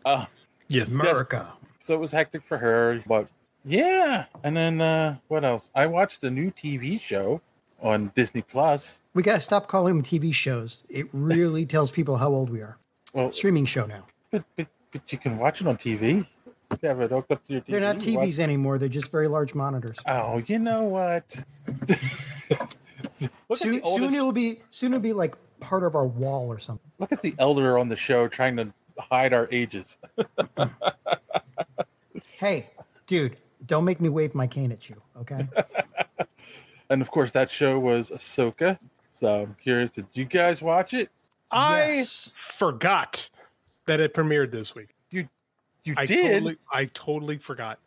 Uh, yes, America. So it was hectic for her, but yeah. And then uh, what else? I watched a new TV show on Disney Plus. we got to stop calling them TV shows. It really tells people how old we are. Well, Streaming show now. But, but, but you can watch it on TV. You have it hooked up to your TV. They're not you watch- TVs anymore. They're just very large monitors. Oh, you know what? Look soon, at the oldest- soon it'll be soon it'll be like part of our wall or something. Look at the elder on the show trying to hide our ages. Hey, dude, don't make me wave my cane at you, okay? And of course, that show was Ahsoka. So I'm curious, did you guys watch it? I forgot that it premiered this week. You, you I did? Totally, I totally forgot.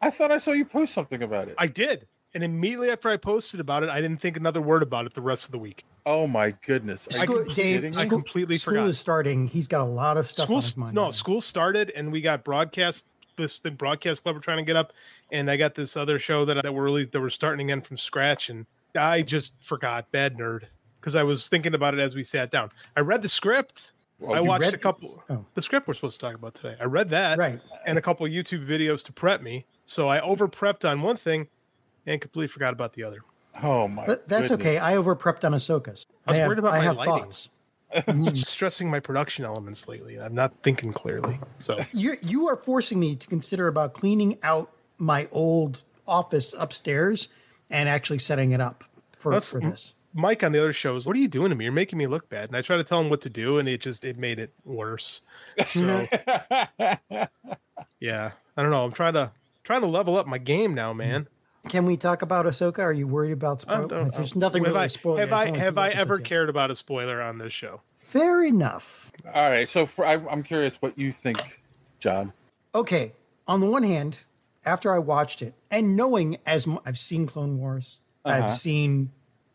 I thought I saw you post something about it. I did, and immediately after I posted about it, I didn't think another word about it the rest of the week. Oh my goodness! I School- completely- I completely school forgot. is starting. He's got a lot of stuff on School's his mind. no, school started, and we got broadcast. This the broadcast club we're trying to get up, and I got this other show that that we're really that we're starting again from scratch, and I just forgot. Bad nerd, because I was thinking about it as we sat down. I read the script. Well, I you watched read- a couple. The script we're supposed to talk about today. I read that, Oh. right, and a couple YouTube videos to prep me. So I over prepped on one thing, and completely forgot about the other. Oh my! But that's okay. I over prepped on Ahsoka. I was have, worried about I my have lighting. thoughts. I'm Mm. stressing my production elements lately. I'm not thinking clearly. So You you are forcing me to consider about cleaning out my old office upstairs and actually setting it up for, That's- for this. Mike on the other show is, "What are you doing to me? You're making me look bad." And I try to tell him what to do, and it just it made it worse. So yeah, I don't know. I'm trying to trying to level up my game now, Mm-hmm. man. Can we talk about Ahsoka? Are you worried about spoil? don't- uh, There's nothing have really I, to spoil. Have yet. It's I only have two I episodes ever yet. cared about a spoiler on this show? Fair enough. All right. So for, I, I'm curious what you think, John. okay, on the one hand, after I watched it and knowing as mu- I've seen Clone Wars, Uh-huh. I've seen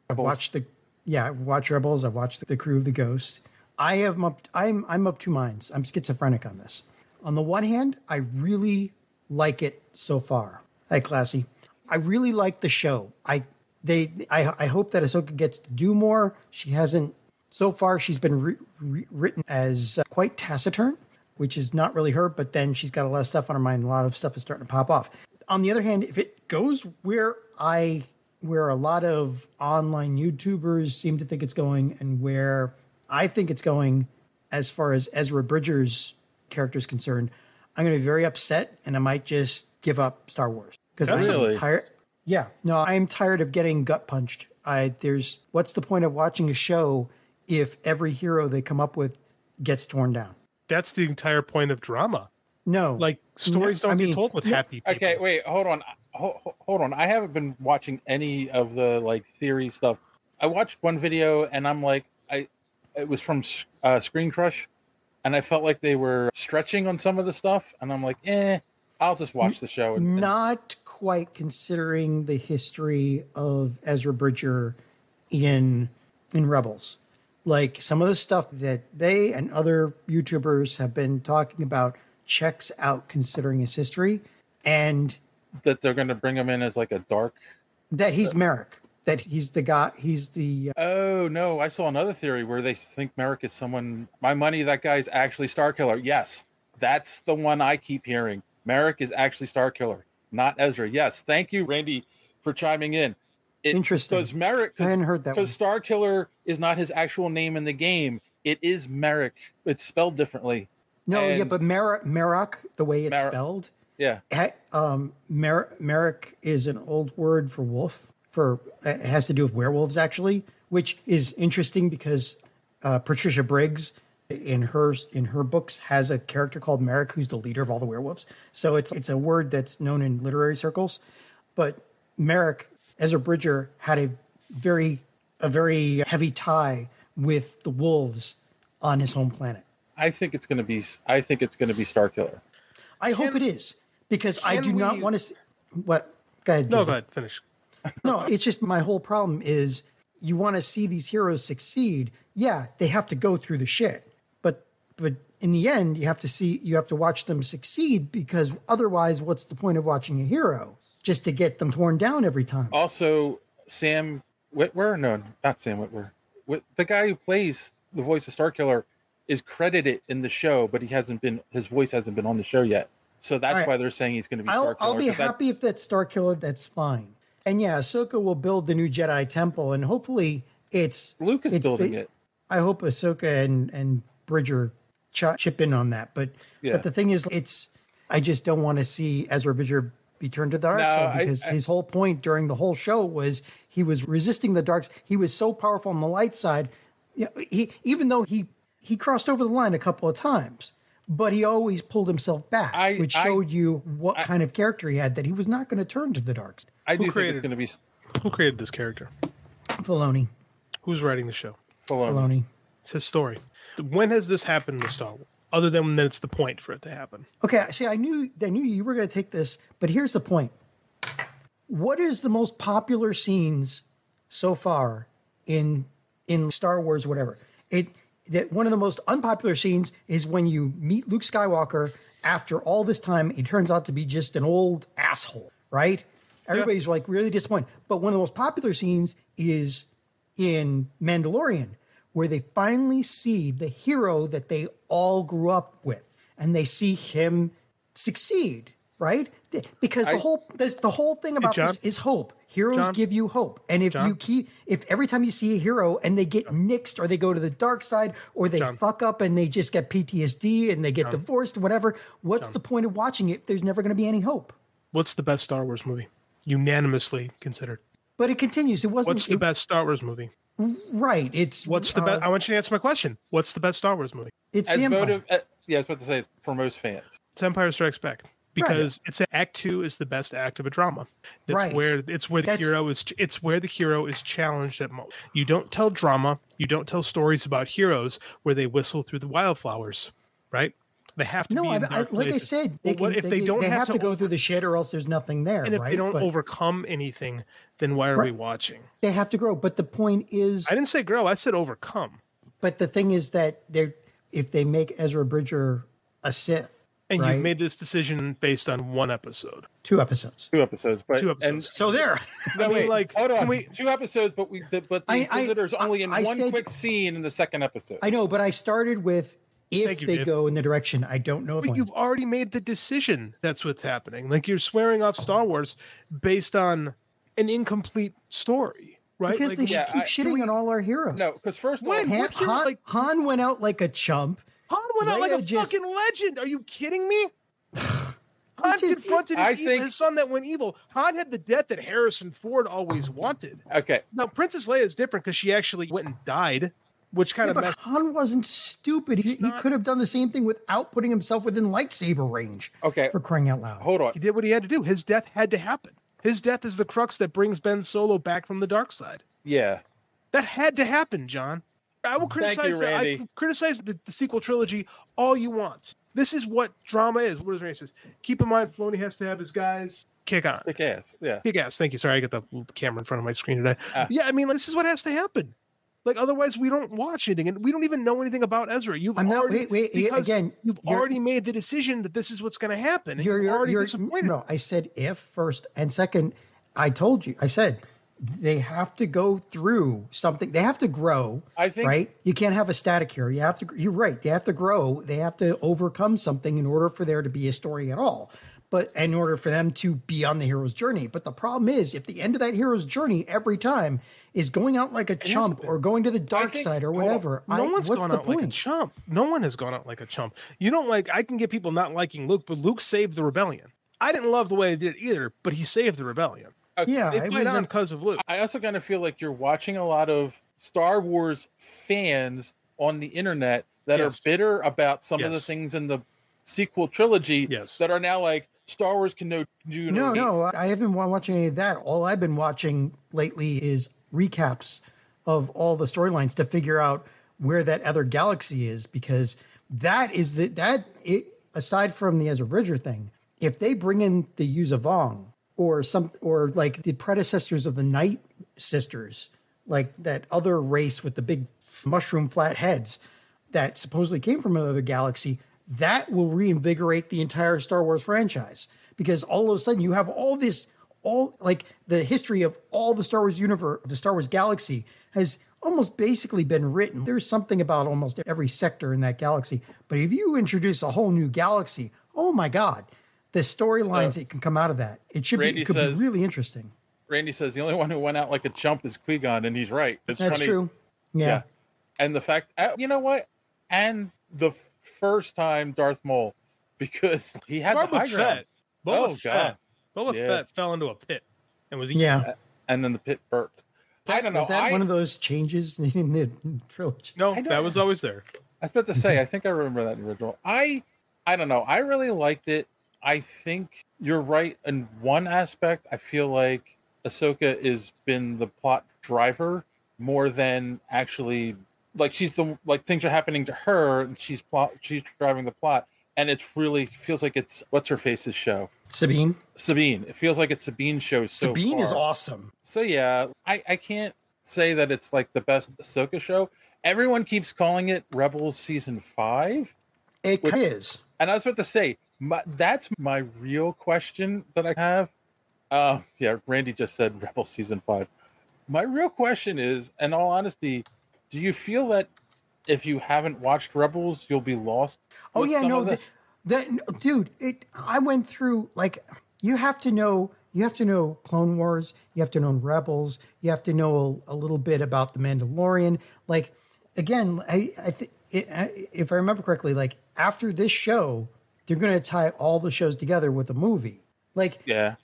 I've watched the yeah, I've watched Rebels. I've watched the Crew of the Ghost. I am up. I'm I'm up two minds. I'm schizophrenic on this. On the one hand, I really like it so far. Hey, classy. I really like the show. I they I I hope that Ahsoka gets to do more. She hasn't so far. She's been re- re- written as uh, quite taciturn, which is not really her. But then she's got a lot of stuff on her mind. A lot of stuff is starting to pop off. On the other hand, if it goes where I where a lot of online YouTubers seem to think it's going, and where I think it's going, as far as Ezra Bridger's character is concerned, I'm going to be very upset, and I might just give up Star Wars because Really? I'm tired. Yeah, no, I'm tired of getting gut punched. I there's what's the point of watching a show if every hero they come up with gets torn down? That's the entire point of drama. No, like stories don't get told with happy. people. Okay, wait, hold on, hold, hold on. I haven't been watching any of the like theory stuff. I watched one video and I'm like, I it was from uh, Screen Crush, and I felt like they were stretching on some of the stuff, and I'm like, eh, I'll just watch the show. And, Not quite considering the history of Ezra Bridger in in Rebels. Like some of the stuff that they and other YouTubers have been talking about checks out considering his history and that they're going to bring him in as like a dark. that he's Merrick. That he's the guy he's the uh, Oh no, I saw another theory where they think Merrick is someone. My money, that guy's actually Star Killer. Yes, that's the one I keep hearing. Merrick is actually Star Killer, not Ezra. Yes, thank you, Randy, for chiming in. It, Interesting. Because Merrick, I hadn't heard that because one. Star Killer is not his actual name in the game. It is Merrick. It's spelled differently. No, yeah, And- but Merrick Merrick, the way it's Merrick. spelled. yeah. Ha- um, mer- merrick is an old word for wolf. For it has to do with werewolves actually, which is interesting because uh, Patricia Briggs in her in her books has a character called Merrick who's the leader of all the werewolves. So it's it's a word that's known in literary circles, but Merrick Ezra Bridger had a very a very heavy tie with the wolves on his home planet. I think it's going to be. I think it's going to be Star Killer. I hope it is because I can do not we- want to. See, what? Go ahead. No, Jacob. go ahead. Finish. no, it's just my whole problem is you want to see these heroes succeed. Yeah, they have to go through the shit, but but in the end, you have to see you have to watch them succeed because otherwise, what's the point of watching a hero just to get them torn down every time? Also, Sam Whitwer, no, not Sam Whitwer. Whit- The guy who plays the voice of Star Killer is credited in the show, but he hasn't been his voice hasn't been on the show yet. So that's Alright. why they're saying he's going to be I'll, Star Killer. I'll be 'cause that- happy if that's Star Killer. That's fine. And yeah, Ahsoka will build the new Jedi temple, and hopefully, it's Luke is it's building big- it. I hope Ahsoka and and Bridger ch- chip in on that. But Yeah. but the thing is, it's I just don't want to see Ezra Bridger be turned to the dark No, side I- because I- his whole point during the whole show was he was resisting the darks. He was so powerful on the light side. You know, he even though he he crossed over the line a couple of times, but he always pulled himself back, I- which I- showed you what kind of character he had that he was not going to turn to the darks. I do Who think it's created? going to be Who created this character? Filoni. Who's writing the show? Filoni. Filoni. It's his story. When has this happened with Star Wars? Other than that, it's the point for it to happen. Okay, see, I knew I knew you were going to take this, but here's the point. What is the most popular scenes so far in in Star Wars, whatever? It that one of the most unpopular scenes is when you meet Luke Skywalker after all this time. He turns out to be just an old asshole, right? Everybody's like really disappointed. But one of the most popular scenes is in Mandalorian, where they finally see the hero that they all grew up with, and they see him succeed, right? Th- Because the I- whole this, the whole thing about John? this is hope. Heroes John? give you hope, and if John? you keep, if every time you see a hero and they get nixed or they go to the dark side or they John? fuck up and they just get PTSD and they get John? divorced, whatever, what's John? the point of watching it? if There's never going to be any hope. What's the best Star Wars movie? Unanimously considered. But it continues. It wasn't What's the best Star Wars movie? it- right. It's What's the uh, best? I want you to answer my question. What's the best Star Wars movie? It's as the Empire. voted- uh, yeah, I was about to say it's for most fans. It's Empire Strikes Back because it's Act Two is the best act of a drama. That's Right. where it's where the That's- hero is. It's where the hero is challenged at most. You don't tell drama. You don't tell stories about heroes where they whistle through the wildflowers, right? They have to No, be I, in I, dark like I places. said, they Well, what can- if they, can- don't they have, to, go through the shit, or else there's nothing there, and if right? they don't But overcome anything, then why are we Right. watching? they have to grow. But the point is, I didn't say grow. I said overcome. but the thing is that they're if they make Ezra Bridger a Sith, And right? you've made this decision based on one episode. two episodes, two episodes, but Two episodes. so there. No, I mean, wait, like, hold on. can we- Two episodes, but we the, but the I- I- Inquisitor's only in I one said- quick scene in the second episode. I know, but I started with if Thank you, they Dave. go in the direction. I don't know if But Lance- you've already made the decision. That's what's happening. Like you're swearing off Star Wars based on an incomplete story, right? because Like, they should yeah, keep I- shitting on all our heroes. No, because first of all, When? Han, What hero- Han- like- Han went out like a chump. Han went out like Leia a just- fucking legend. Are you kidding me? Han just- confronted his, I evil- think- his son that went evil. Han had the death that Harrison Ford always wanted. Okay, Now Princess Leia is different because she actually went and died, which kind Yeah, of but messed. Han wasn't stupid. He, he could have done the same thing without putting himself within lightsaber range. Okay. For crying out loud. hold on. He did what he had to do. His death had to happen. His death is the crux that brings Ben Solo back from the dark side. Yeah, That had to happen, John. I will Thank you, criticize the, I Randy. can criticize the, the sequel trilogy all you want. This is what drama is. What is racist? Keep in mind, Filoni has to have his guys kick on. kick ass. Yeah, Kick ass. Thank you. Sorry, I got the camera in front of my screen today. Ah. yeah, I mean, this is what has to happen. Like otherwise, we don't watch anything, and we don't even know anything about Ezra. You've I'm not- already, wait, wait, y- because again, You've you're- already made the decision that this is what's going to happen. and You're, you're you're, already you're, disappointed. no, I said if first and second. I told you. I said they have to go through something. They have to grow. I think- right. You can't have a static hero. You have to. You're right. They have to grow. They have to overcome something in order for there to be a story at all. But in order for them to be on the hero's journey. But the problem is, if the end of that hero's journey every time is going out like a chump or going to the dark think- side or hold on. whatever, No I, one's what's gone the out point? like a chump. No one has gone out like a chump. You don't like. I can get people not liking Luke, but Luke saved the rebellion. I didn't love the way they did it either, but he saved the rebellion. yeah, They it fight on wasn't- because of Luke. I also kind of feel like you're watching a lot of Star Wars fans on the internet that Yes. are bitter about some of the Yes. things in the sequel trilogy Yes. that are now like Star Wars can no do no, No, evil. no, I haven't wa- watching any of that. All I've been watching lately is recaps of all the storylines to figure out where that other galaxy is because that is the that it aside from the Ezra Bridger thing, if they bring in the Yuuzhan Vong or some or like the predecessors of the Night Sisters, like that other race with the big mushroom flat heads that supposedly came from another galaxy, that will reinvigorate the entire Star Wars franchise because all of a sudden you have all this all like the history of all the Star Wars universe, the Star Wars galaxy has almost basically been written. There's something about almost every sector in that galaxy, but if you introduce a whole new galaxy, oh my god, the storylines that can come out of that. It should be Randy it could says- be really interesting. Randy says the only one who went out like a chump is Qui Gon, and he's right. It's That's funny. true. Yeah. Yeah. And the fact, uh, you know what? And the first time Darth Maul, because he had the high Boba ground. Fett. Boba Oh, God. Fett. Boba Yeah. Fett fell into a pit and was eaten. Yeah. And then the pit burped. I don't know. Was that I, one of those changes in the trilogy? No, I don't- that was always there. I was about to Mm-hmm. say, I think I remember that in original. I, I don't know. I really liked it. I think you're right in one aspect. I feel like Ahsoka has been the plot driver more than actually like she's the like things are happening to her and she's plot she's driving the plot and it's really feels like it's what's her face's show Sabine. Sabine. It feels like it's Sabine's show. so Sabine is far. awesome. So yeah, I I can't say that it's like the best Ahsoka show. Everyone keeps calling it Rebels season five, It Which- is. and I was about to say my, that's my real question that I have. Uh, yeah, Randy just said Rebels season five. My real question is, in all honesty, do you feel that if you haven't watched Rebels, you'll be lost? Oh with yeah, some no, of th- this? that n- dude. It. I went through like you have to know. You have to know Clone Wars. You have to know Rebels. You have to know a, a little bit about the Mandalorian. Like again, I, I think if I remember correctly, like after this show, they're going to tie all the shows together with a movie. Like yeah.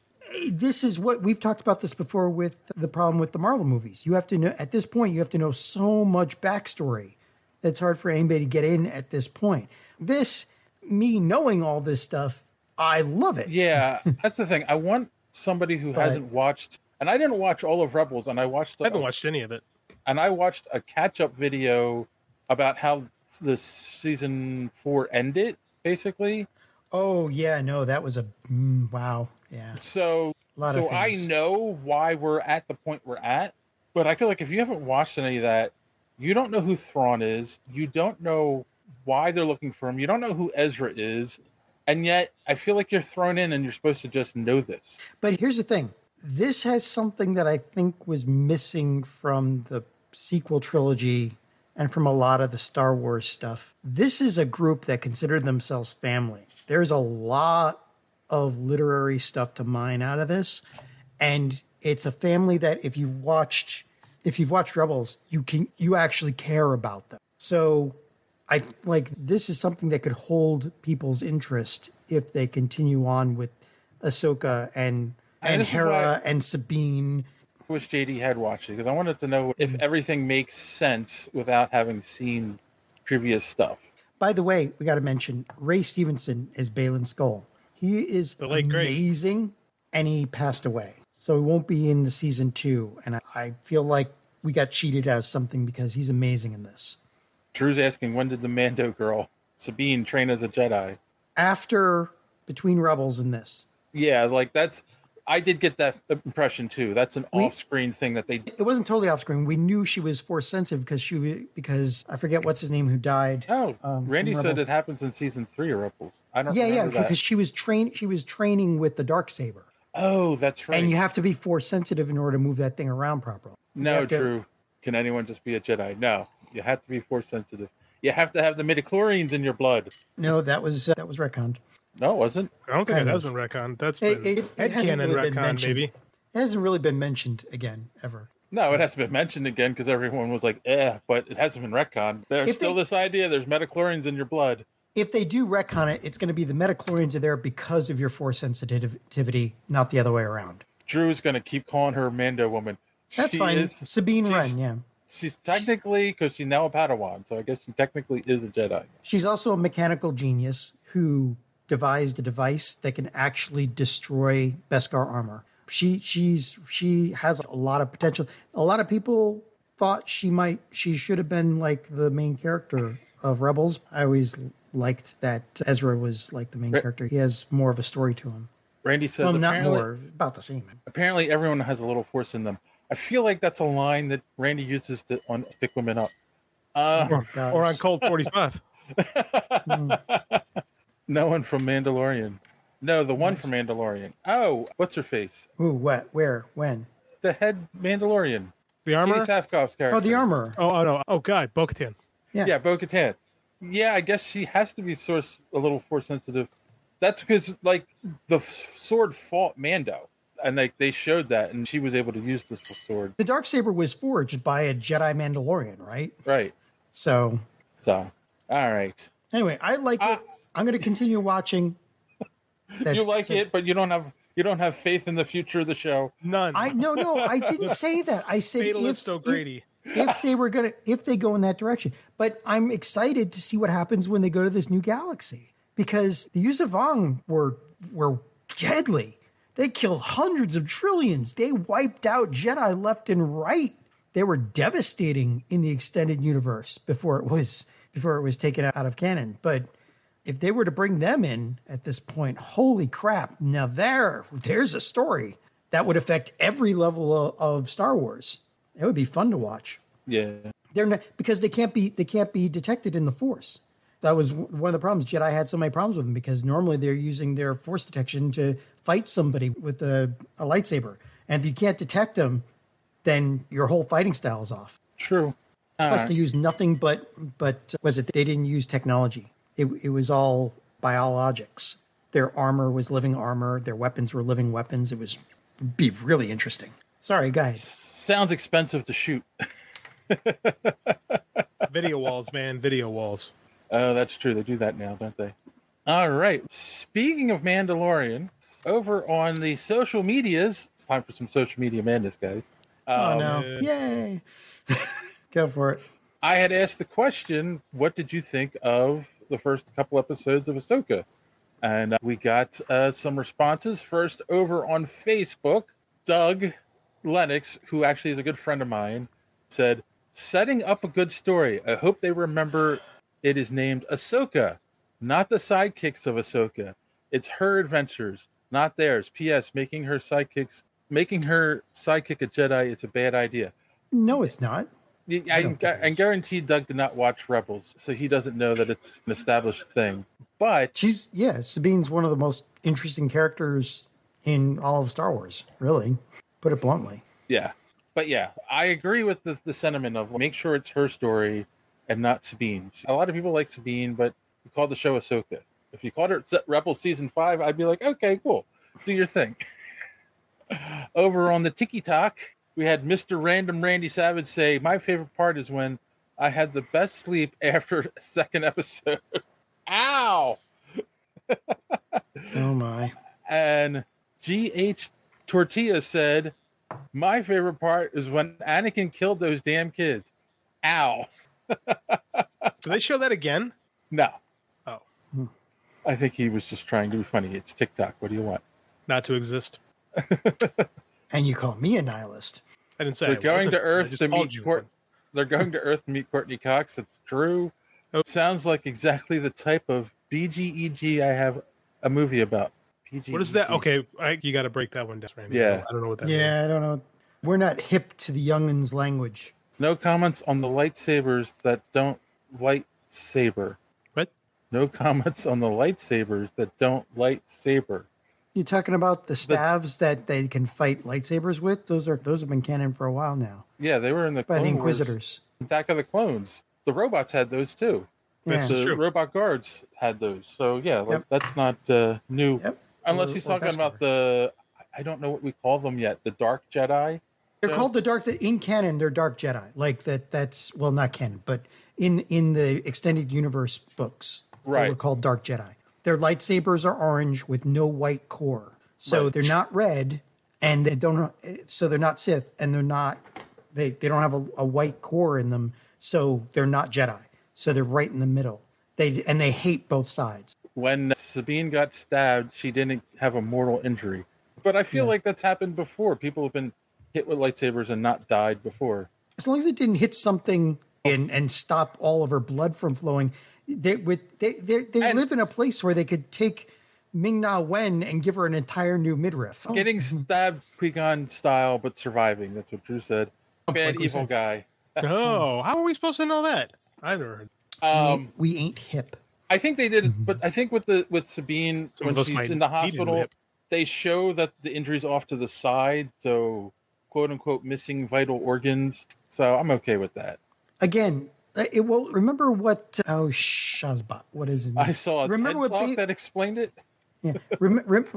this is what we've talked about this before with the problem with the Marvel movies. You have to know at this point, you have to know so much backstory that's hard for anybody to get in at this point. This, me knowing all this stuff, I love it. Yeah, that's the thing. I want somebody who But- hasn't watched, and I didn't watch all of Rebels, and I watched. I haven't watched any of it. and I watched a catch up video about how the season four ended. basically. Oh yeah, no, that was a mm, wow. Yeah. So A lot of so I things. know why we're at the point we're at, but I feel like if you haven't watched any of that, you don't know who Thrawn is, you don't know why they're looking for him, you don't know who Ezra is, and yet I feel like you're thrown in and you're supposed to just know this. But here's the thing this has something that I think was missing from the sequel trilogy and from a lot of the Star Wars stuff. This is a group that considered themselves family. There's a lot of literary stuff to mine out of this. And it's a family that if you've watched if you've watched Rebels, you can you actually care about them. So I like this is something that could hold people's interest if they continue on with Ahsoka and And and this is Hera why- and Sabine. I wish JD had watched it because I wanted to know Mm. if everything makes sense without having seen previous stuff. By the way, we got to mention Ray Stevenson is Balin Skull. He is amazing, and he passed away, so he won't be in the season two. And I, I feel like we got cheated as something because he's amazing in this. Drew's asking when did the Mando girl Sabine train as a Jedi? After between Rebels and this, Yeah, like that's I did get that impression too. That's an off-screen thing that they it wasn't totally off screen. We knew she was force sensitive because she wa- because I forget what's his name who died. Oh, Randy from said Um, Rebels. it happens in season three of Rebels. I don't. yeah, yeah, remember that. because she was trained. She was training with the dark saber, Oh, that's right. and you have to be force sensitive in order to move that thing around properly. You no, have to- Drew. Can anyone just be a Jedi? No, you have to be force sensitive. You have to have the midichlorians in your blood. No, that was uh, that was retconned. No, it wasn't. I don't think Kind that has of. been retconned. That's It- been it- it hasn't headcanon really been retcon, mentioned. maybe. It hasn't really been mentioned again ever. No, it hasn't been mentioned again because everyone was like, "Eh," but it hasn't been retconned. There's If they- still this idea: there's midichlorians in your blood. If they do retcon it, it's going to be the metachlorians are there because of your force sensitivity, not the other way around. Drew's going to keep calling her Mando woman. That's She fine. is- Sabine Wren, yeah. she's technically because she's now a Padawan, so I guess she technically is a Jedi. She's also a mechanical genius who devised a device that can actually destroy Beskar armor. She she's she has a lot of potential. A lot of people thought she might she should have been like the main character of Rebels. I always liked that Ezra was like the main Right. character. He has more of a story to him. Randy says, well, not apparently- more, about the same. apparently everyone has a little force in them. I feel like that's a line that Randy uses to on pick women up. Uh, Or- or on Cold 45. no one from Mandalorian. No, the one from Mandalorian. Oh, what's her face? Who, what, where, when? The head Mandalorian. The Katie armor? Safkoff's character. Oh, the armor. Oh, oh no. Oh god, bo Yeah, Bo Katan. Yeah, I guess she has to be source a little force sensitive. That's because like the f- sword fought Mando, and like they showed that, and she was able to use this sword. The dark saber was forged by a Jedi Mandalorian, right? Right. So So, all right. anyway, I like it. I'm going to continue watching. you That's- like so- it, but Uh, you don't have you don't have faith in the future of the show. None. I no no I didn't say that. I said Fatalist if, O'Grady. If, if they were gonna if they go in that direction, but I'm excited to see what happens when they go to this new galaxy because the Yuzavong were were deadly. They killed hundreds of trillions. They wiped out Jedi left and right. They were devastating in the extended universe before it was before it was taken out of canon. But if they were to bring them in at this point, holy crap! Now there, there's a story that would affect every level of, of Star Wars. It would be fun to watch. Yeah. They're not because they can't be they can't be detected in the Force. That was w- one of the problems. Jedi had so many problems with them because normally they're using their Force detection to fight somebody with a, a lightsaber, and if you can't detect them, then your whole fighting style is off. True. Plus, Alright. they used nothing but but uh, was it they didn't use technology? It it was all biologics. Their armor was living armor. Their weapons were living weapons. It was be really interesting. Sorry, guys. Sounds expensive to shoot. Video walls, man. Video walls. Oh, that's true. They do that now, don't they? All right. Speaking of Mandalorian, over on the social medias, it's time for some social media madness, guys. oh Um, no! Yay! Go for it. I had asked the question, what did you think of the first couple episodes of Ahsoka? And uh, we got uh, some responses. First, over on Facebook, Doug Lennox, who actually is a good friend of mine, said, Setting up a good story. I hope they remember it is named Ahsoka. not the sidekicks of Ahsoka. It's her adventures, not theirs. P.S. Making her sidekicks, making her sidekick a Jedi is a bad idea. No, it's not. I, I, I guarantee Doug did not watch Rebels, so he doesn't know that it's an established thing. But she's yeah, Sabine's one of the most interesting characters in all of Star Wars, really. Put it bluntly. Yeah. But yeah, I agree with the, the sentiment of make sure it's her story and not Sabine's. A lot of people like Sabine, but you called the show Ahsoka. If you called it Rebels season five, I'd be like, okay, cool. Do your thing. Over on the Tiki Talk, we had Mr. Random Randy Savage say, My favorite part is when I had the best sleep after second episode. Ow. oh my. And G.H. Tortilla said, My favorite part is when Anakin killed those damn kids. Ow. Did they show that again? No. Oh. I think he was just trying to be funny. It's TikTok. What do you want? Not to exist. and you call me a nihilist. I didn't say they're I going wasn't. to I Earth just to called meet you Court. They're going to Earth to meet Courtney Cox. It's true. Oh. Sounds like exactly the type of BGEG I have a movie about. BGEG. What is that? Okay, I, you got to break that one down, Randy. Yeah. I don't know what that Yeah, I don't know. We're not hip to the youngin's language. No comments on the lightsabers that don't lightsaber. What? No comments on the lightsabers that don't lightsaber. You talking about the staves that they can fight lightsabers with? Those are those have been canon for a while now. Yeah, they were in the By the Clone Wars. Inquisitors. Attack of the Clones. The robots had those too. That's the true. robot guards had those. So yeah, like, that's not uh, new. Unless Or- he's or talking Beskar. about the I don't know what we call them yet. The Dark Jedi. They're So- called the dark in canon. They're dark Jedi. Like that. That's well, not canon, but in in the extended universe books, they were Right. called dark Jedi. Their lightsabers are orange with no white core, so Right. they're not red, and they don't. So they're not Sith, and they're not. They they don't have a, a white core in them, so they're not Jedi. So they're right in the middle. They and they hate both sides. When Sabine got stabbed, she didn't have a mortal injury. But I feel like that's happened before. People have been hit with lightsabers and not died before. as long as it didn't hit something and and stop all of her blood from flowing, they with they they, they live in a place where they could take Ming Na Wen and give her an entire new midriff. Getting stabbed Qui-Gon style, but surviving. That's what Drew said. Bad evil guy. No, how are we supposed to know that? Either. Um, we, ain't hip. I think they did, it, but I think with the with Sabine Mm-hmm. Some of when us she's might in the be doing hospital, it. they show that the injury's off to the side, so quote unquote missing vital organs. So I'm okay with that. Again, uh, it will remember what oh Shazbat. What is his name? I saw a remember TED what talk Ba- that explained it. yeah, rem, rem-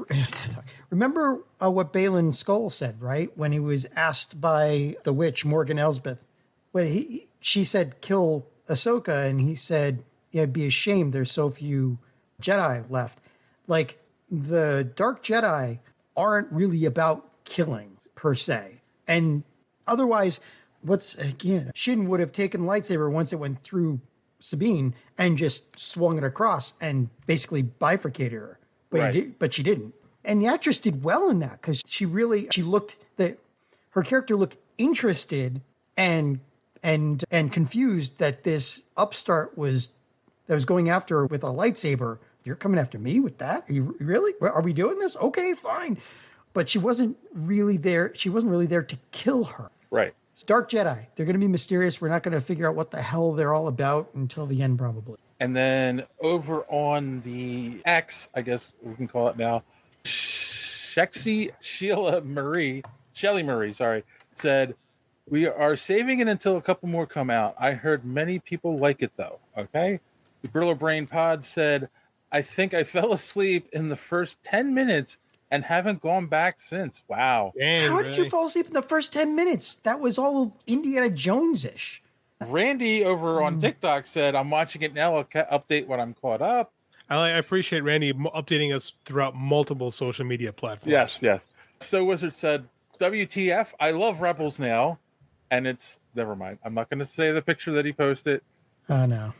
remember uh, what Balin Skull said, right? When he was asked by the witch Morgan Elsbeth, when he she said kill Ahsoka, and he said, "Yeah, it'd be a shame. There's so few Jedi left. Like the Dark Jedi aren't really about killing per se, and otherwise, what's again? Shin would have taken lightsaber once it went through." Sabine and just swung it across and basically bifurcated her but he Right. did, but she didn't. And the actress did well in that because she really she looked that her character looked interested and and and confused that this upstart was that was going after her with a lightsaber. You're coming after me with that? Are you really? Are we doing this? Okay, fine. But she wasn't really there. She wasn't really there to kill her. Right. It's Dark Jedi. They're going to be mysterious. We're not going to figure out what the hell they're all about until the end, probably. And then over on the X, I guess we can call it now, Shexy Sheila Marie, Shelly Marie, sorry, said, We are saving it until a couple more come out. I heard many people like it though. Okay. The Brillo Brain Pod said, I think I fell asleep in the first 10 minutes and haven't gone back since. Wow. How did you fall asleep in the first 10 minutes? That was all Indiana Jones ish. Randy over on TikTok said, I'm watching it now. I'll ca- update when I'm caught up. I, I appreciate Randy m- updating us throughout multiple social media platforms. Yes, yes. So Wizard said, WTF, I love Rebels now. And it's never mind. I'm not gonna say the picture that he posted. Oh, no.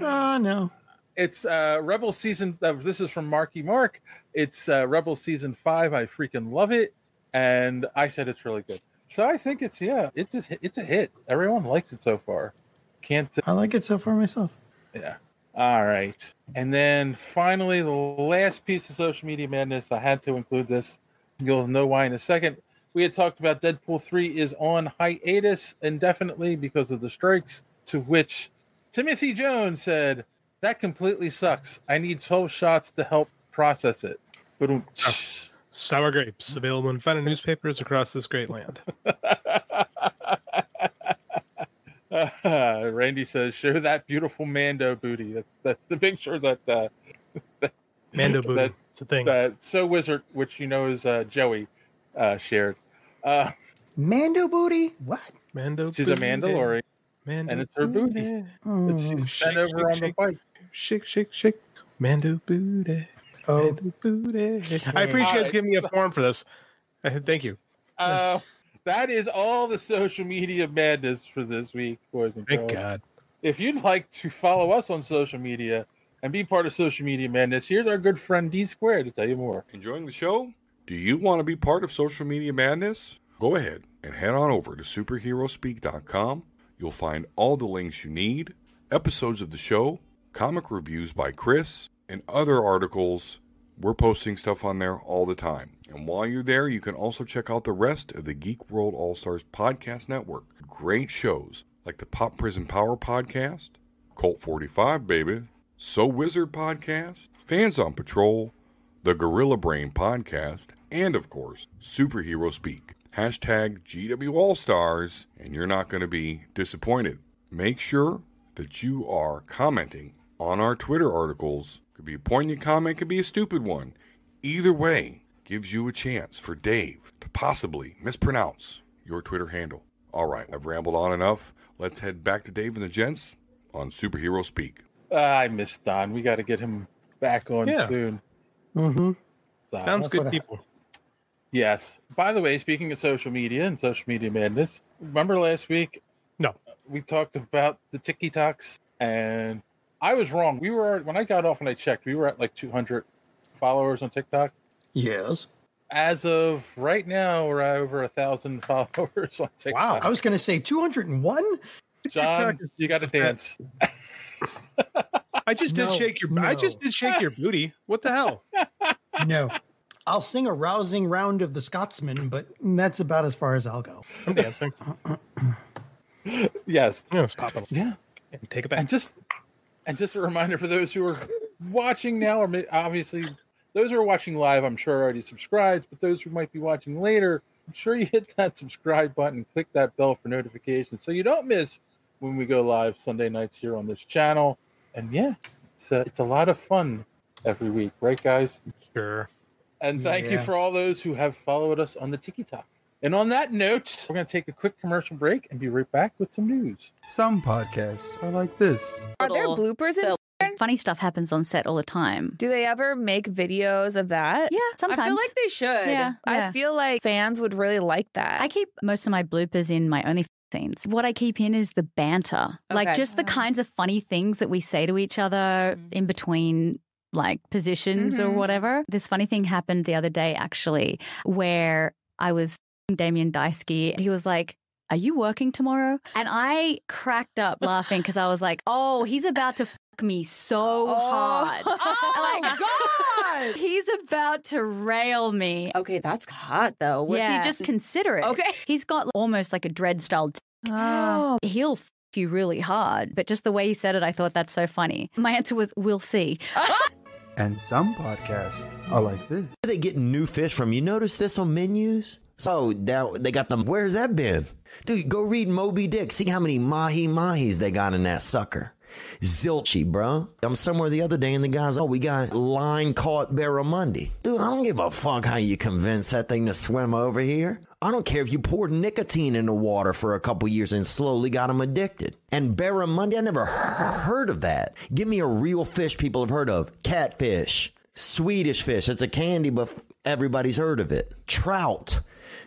oh, no. It's uh Rebel season uh, this is from Marky Mark. It's uh Rebel season five. I freaking love it. And I said it's really good. So I think it's yeah, it's a, it's a hit. Everyone likes it so far. Can't I like it so far myself. yeah. All right. And then finally, the last piece of social media madness. I had to include this. You'll know why in a second. We had talked about Deadpool 3 is on hiatus indefinitely because of the strikes, to which Timothy Jones said, That completely sucks. I need 12 shots to help process it. Boom. Sour grapes available in fun newspapers across this great land. Uh, Randy says, "Show that beautiful Mando booty." That's that's the picture that uh, that- Mando booty. it's a thing. That so wizard, which you know is uh, Joey, uh, shared. Uh, Mando booty? What? Mando. she's a Mandalorian, Mando and it's her booty. It's, she's bent over on the bike. Shake, shake, shake. Mando booty. Oh, booty. I appreciate you guys giving me a form for this. Uh, Thank you. Uh, Oh. that is all the social media madness for this week, boys and Thank girls. God. If you'd like to follow us on social media and be part of social media madness, here's our good friend D Square to tell you more. Enjoying the show? Do you want to be part of social media madness? Go ahead and head on over to superherospeak.com. You'll find all the links you need, episodes of the show, comic reviews by Chris, and other articles. We're posting stuff on there all the time. And while you're there, you can also check out the rest of the Geek World All Stars Podcast Network. Great shows like the Pop Prison Power Podcast, Colt 45, baby, So Wizard Podcast, Fans on Patrol, the Gorilla Brain Podcast, and of course, Superhero Speak. Hashtag GW All Stars, and you're not going to be disappointed. Make sure that you are commenting on our Twitter articles. Could be a poignant comment, could be a stupid one. Either way, gives you a chance for Dave to possibly mispronounce your Twitter handle. All right, I've rambled on enough. Let's head back to Dave and the gents on Superhero Speak. Ah, I miss Don. We got to get him back on Yeah. soon. Mm-hmm. So- Sounds good, people. Yes. By the way, speaking of social media and social media madness, remember last week? No. We talked about the TikToks, and I was wrong. We were when I got off and I checked, we were at like 200 followers on TikTok. Yes. As of right now, we're at over a thousand followers on TikTok. Wow. I was going to say 201? John, TikTok is- you got to dance. I just did No, shake your. I just did shake your booty. What the hell? No. I'll sing a rousing round of the Scotsman, but that's about as far as I'll go. I'm dancing. Yes. Yeah, stop it. Yeah. And take it back. And just and just a reminder for those who are watching now, or may- obviously those who are watching live, I'm sure are already subscribed, but those who might be watching later, make sure you hit that subscribe button, click that bell for notifications, so you don't miss when we go live Sunday nights here on this channel. And yeah, it's a, it's a lot of fun every week, right, guys? Sure. And thank you Yeah. for all those who have followed us on the TikTok. And on that note, we're going to take a quick commercial break and be right back with some news. Some podcasts are like this. Are there bloopers in there? Funny stuff happens on set all the time. Do they ever make videos of that? Yeah, sometimes. I feel like they should. Yeah, yeah. I feel like fans would really like that. I keep most of my bloopers in my only scenes. What I keep in is the banter, like Okay. Mm-hmm. just the kinds of funny things that we say to each other in between. Like positions or Mhm. whatever. This funny thing happened the other day, actually, where I was Damien Dysky. He was like, Are you working tomorrow? And I cracked up laughing because I was like, Oh, he's about to fuck me so hard. Oh God! He's about to rail me. Okay, that's hot though. Was yeah. he just considerate? Okay. he's got almost like a dread style. T- Oh. He'll f- you really hard, but just the way he said it, I thought that's so funny. My answer was, "We'll see." And some podcasts are like this. Are they getting new fish from? You notice this on menus? So now they got them. Where's that been? Dude, go read Moby Dick. See how many mahi mahis they got in that sucker. Zilchy, bro. I'm somewhere the other day and the guy's, oh, we got line caught barramundi. Dude, I don't give a fuck how you convince that thing to swim over here. I don't care if you poured nicotine in the water for a couple years and slowly got them addicted. And barramundi, I never heard of that. Give me a real fish people have heard of. Catfish. Swedish fish. It's a candy, but f- everybody's heard of it. Trout,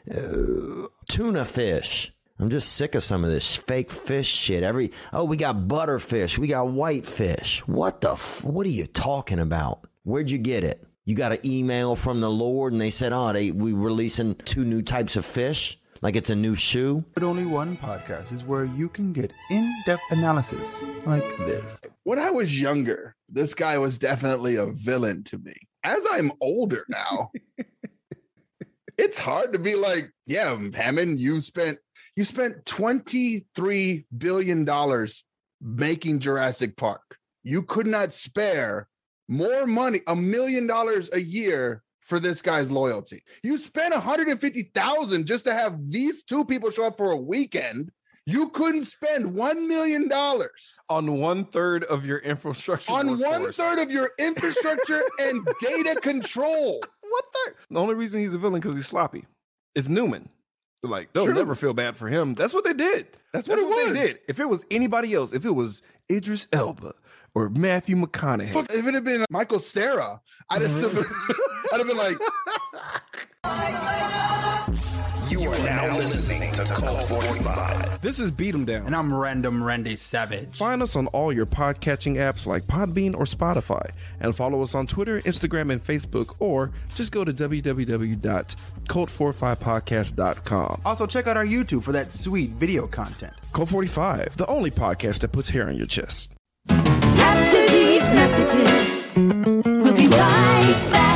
uh, tuna fish. I'm just sick of some of this fake fish shit. Every oh, we got butterfish, we got whitefish. What the? F- what are you talking about? Where'd you get it? You got an email from the Lord, and they said, "Oh, they we releasing two new types of fish." like it's a new shoe. But only one podcast is where you can get in depth analysis like this. When I was younger, this guy was definitely a villain to me. As I'm older now, it's hard to be like, yeah, Hammond, you spent you spent 23 billion dollars making Jurassic Park. You could not spare more money, a million dollars a year for this guy's loyalty. You spent 150,000 just to have these two people show up for a weekend. You couldn't spend 1 million dollars on one third of your infrastructure. on one workforce. third of your infrastructure and data control. What third? The only reason he's a villain because he's sloppy. It's Newman. They're like they'll True. never feel bad for him. That's what they did. That's what it They was. did. If it was anybody else, if it was Idris Elba or Matthew McConaughey, Fuck, if it had been Michael Sarah, I'd have still been, I'd have been like, You are now listening to Cult 45. This is Beat 'em Down. And I'm Random Randy Savage. Find us on all your podcatching apps like Podbean or Spotify, and follow us on Twitter, Instagram, and Facebook, or just go to www.cult45podcast.com. Also, check out our YouTube for that sweet video content. Cult 45, the only podcast that puts hair on your chest. After these messages, we'll be right back.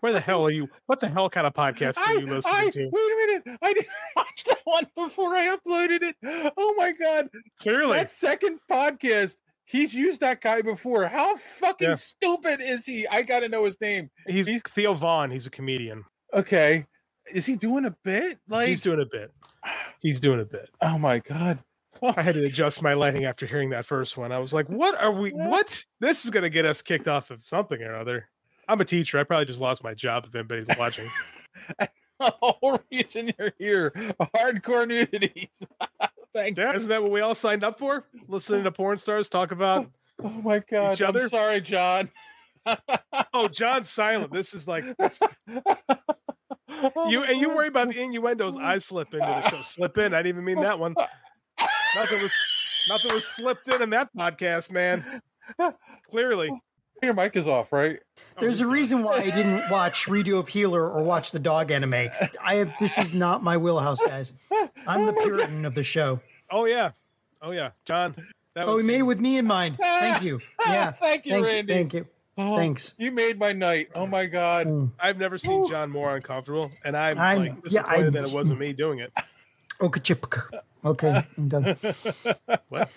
where the hell are you? What the hell kind of podcast are you listening I, to? Wait a minute. I didn't watch that one before I uploaded it. Oh my god. Clearly. That second podcast, he's used that guy before. How fucking Yeah. stupid is he? I gotta know his name. He's, Theo Vaughn. He's a comedian. Okay. Is he doing a bit? Like he's doing a bit. He's doing a bit. Oh my god. I had to adjust my lighting after hearing that first one. I was like, what are we what? This is gonna get us kicked off of something or other. I'm a teacher. I probably just lost my job if anybody's watching. the whole reason you're here. Hardcore nudities. Thank yeah, isn't that what we all signed up for? Listening to porn stars talk about Oh my god. each other. I'm sorry, John. oh, John's silent. This is like it's- you and you worry about the innuendos. I slip into the show. Slip in. I didn't even mean that one. Nothing was nothing was slipped in in that podcast, man. Clearly, Your mic is off, right? There's a reason why I didn't watch Redo of Healer or watch the dog anime. I have, this is not my wheelhouse, guys. I'm the Puritan of the show. Oh yeah, oh yeah, John. That oh, was, he made it with me in mind. Thank you. Yeah. Thank you, Randy. thank you. Oh, Thanks. You made my night. Oh my god. I've never seen John more uncomfortable, and I'm, I'm- like yeah, disappointed I'm- that it wasn't me doing it. Okachipka. Okay, I'm done. What?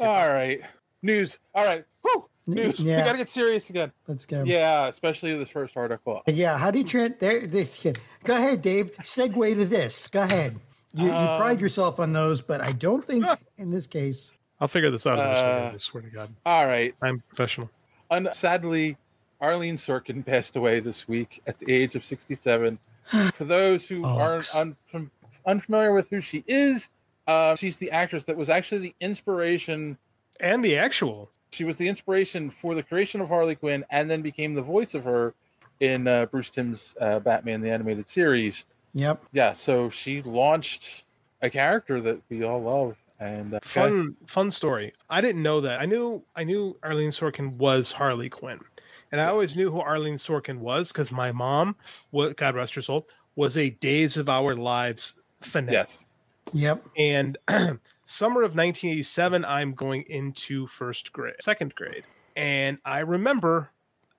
All right. News. All right. Whew. N- News. We yeah. gotta get serious again. Let's go. Yeah, especially this first article. Yeah, how do you trans? There, this, go ahead, Dave. Segue to this. Go ahead. You, you pride Um, yourself on those, but I don't think in this case. I'll figure this out. eventually, Uh, I swear to God, All right. I'm professional. Un- sadly, Arlene Sorkin passed away this week at the age of 67. For those who Bollocks. are un- fam- unfamiliar with who um, she is, uh, she's the actress that was actually the inspiration and the actual She was the inspiration for the creation of Harley Quinn and then became the voice of her in uh, Bruce Timm's uh, Batman the Animated Series. Yep. Yeah, so she launched a character that we all love. And uh, Fun fun story. I didn't know that. I knew I knew Arlene Sorkin was Harley Quinn, and I always knew who Arlene Sorkin was because my mom, what God rest her soul, was a Days of Our Lives fanatic. Yep. And summer of 1987, I'm going into first grade, second grade. And I remember,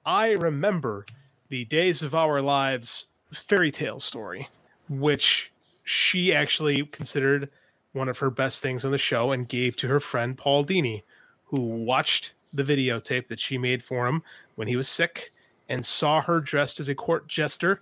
I remember the Days of Our Lives fairy tale story, which she actually considered one of her best things on the show and gave to her friend Paul Dini, who watched the videotape that she made for him when he was sick and saw her dressed as a court jester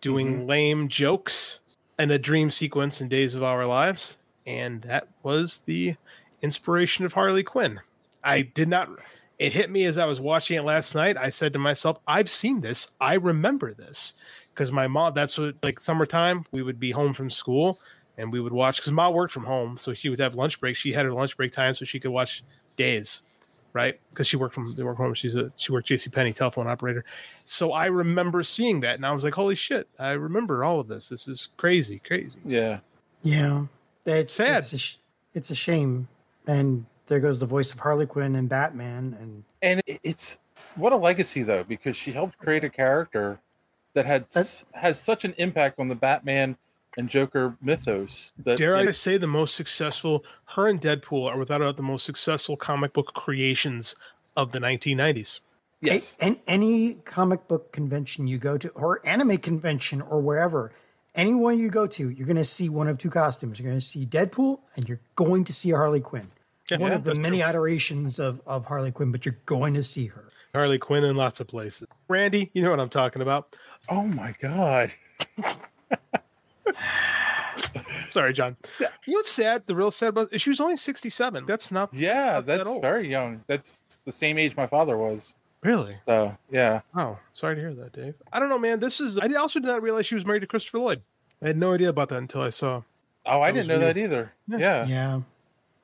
doing lame jokes and a dream sequence in Days of Our Lives. And that was the inspiration of Harley Quinn. I did not, it hit me as I was watching it last night. I said to myself, I've seen this. I remember this. Because my mom, that's what, like summertime, we would be home from school and we would watch, because mom worked from home. So she would have lunch break. She had her lunch break time so she could watch Days right? Because she worked from they work home. She's a she worked JC Penney telephone operator. So I remember seeing that, and I was like, "Holy shit! I remember all of this. This is crazy, crazy." Yeah. Yeah. It's sad. It's a, sh- it's a shame. And there goes the voice of Harley Quinn and Batman. And and it- it's what a legacy though because she helped create a character that had s has such an impact on the batman and joker mythos that Dare it- I say the most successful? Her and Deadpool are without a doubt the most successful comic book creations of the 1990s. yes. and any comic book convention you go to, or anime convention, or wherever, anyone you go to, you're going to see one of two costumes. You're going to see Deadpool, and you're going to see a Harley Quinn. Yeah, one of the that's many iterations of, of Harley Quinn, but you're going to see her. Harley Quinn in lots of places. Randy, you know what I'm talking about. Oh my god. Sorry, John. You know what's sad? The real sad was she was only 67. That's not. yeah that's, very young that's the same age my father was really so yeah oh sorry to hear that dave I don't know, man. This is. I also did not realize she was married to Christopher Lloyd. I had no idea about that until I saw. oh i that didn't know was that real. either yeah yeah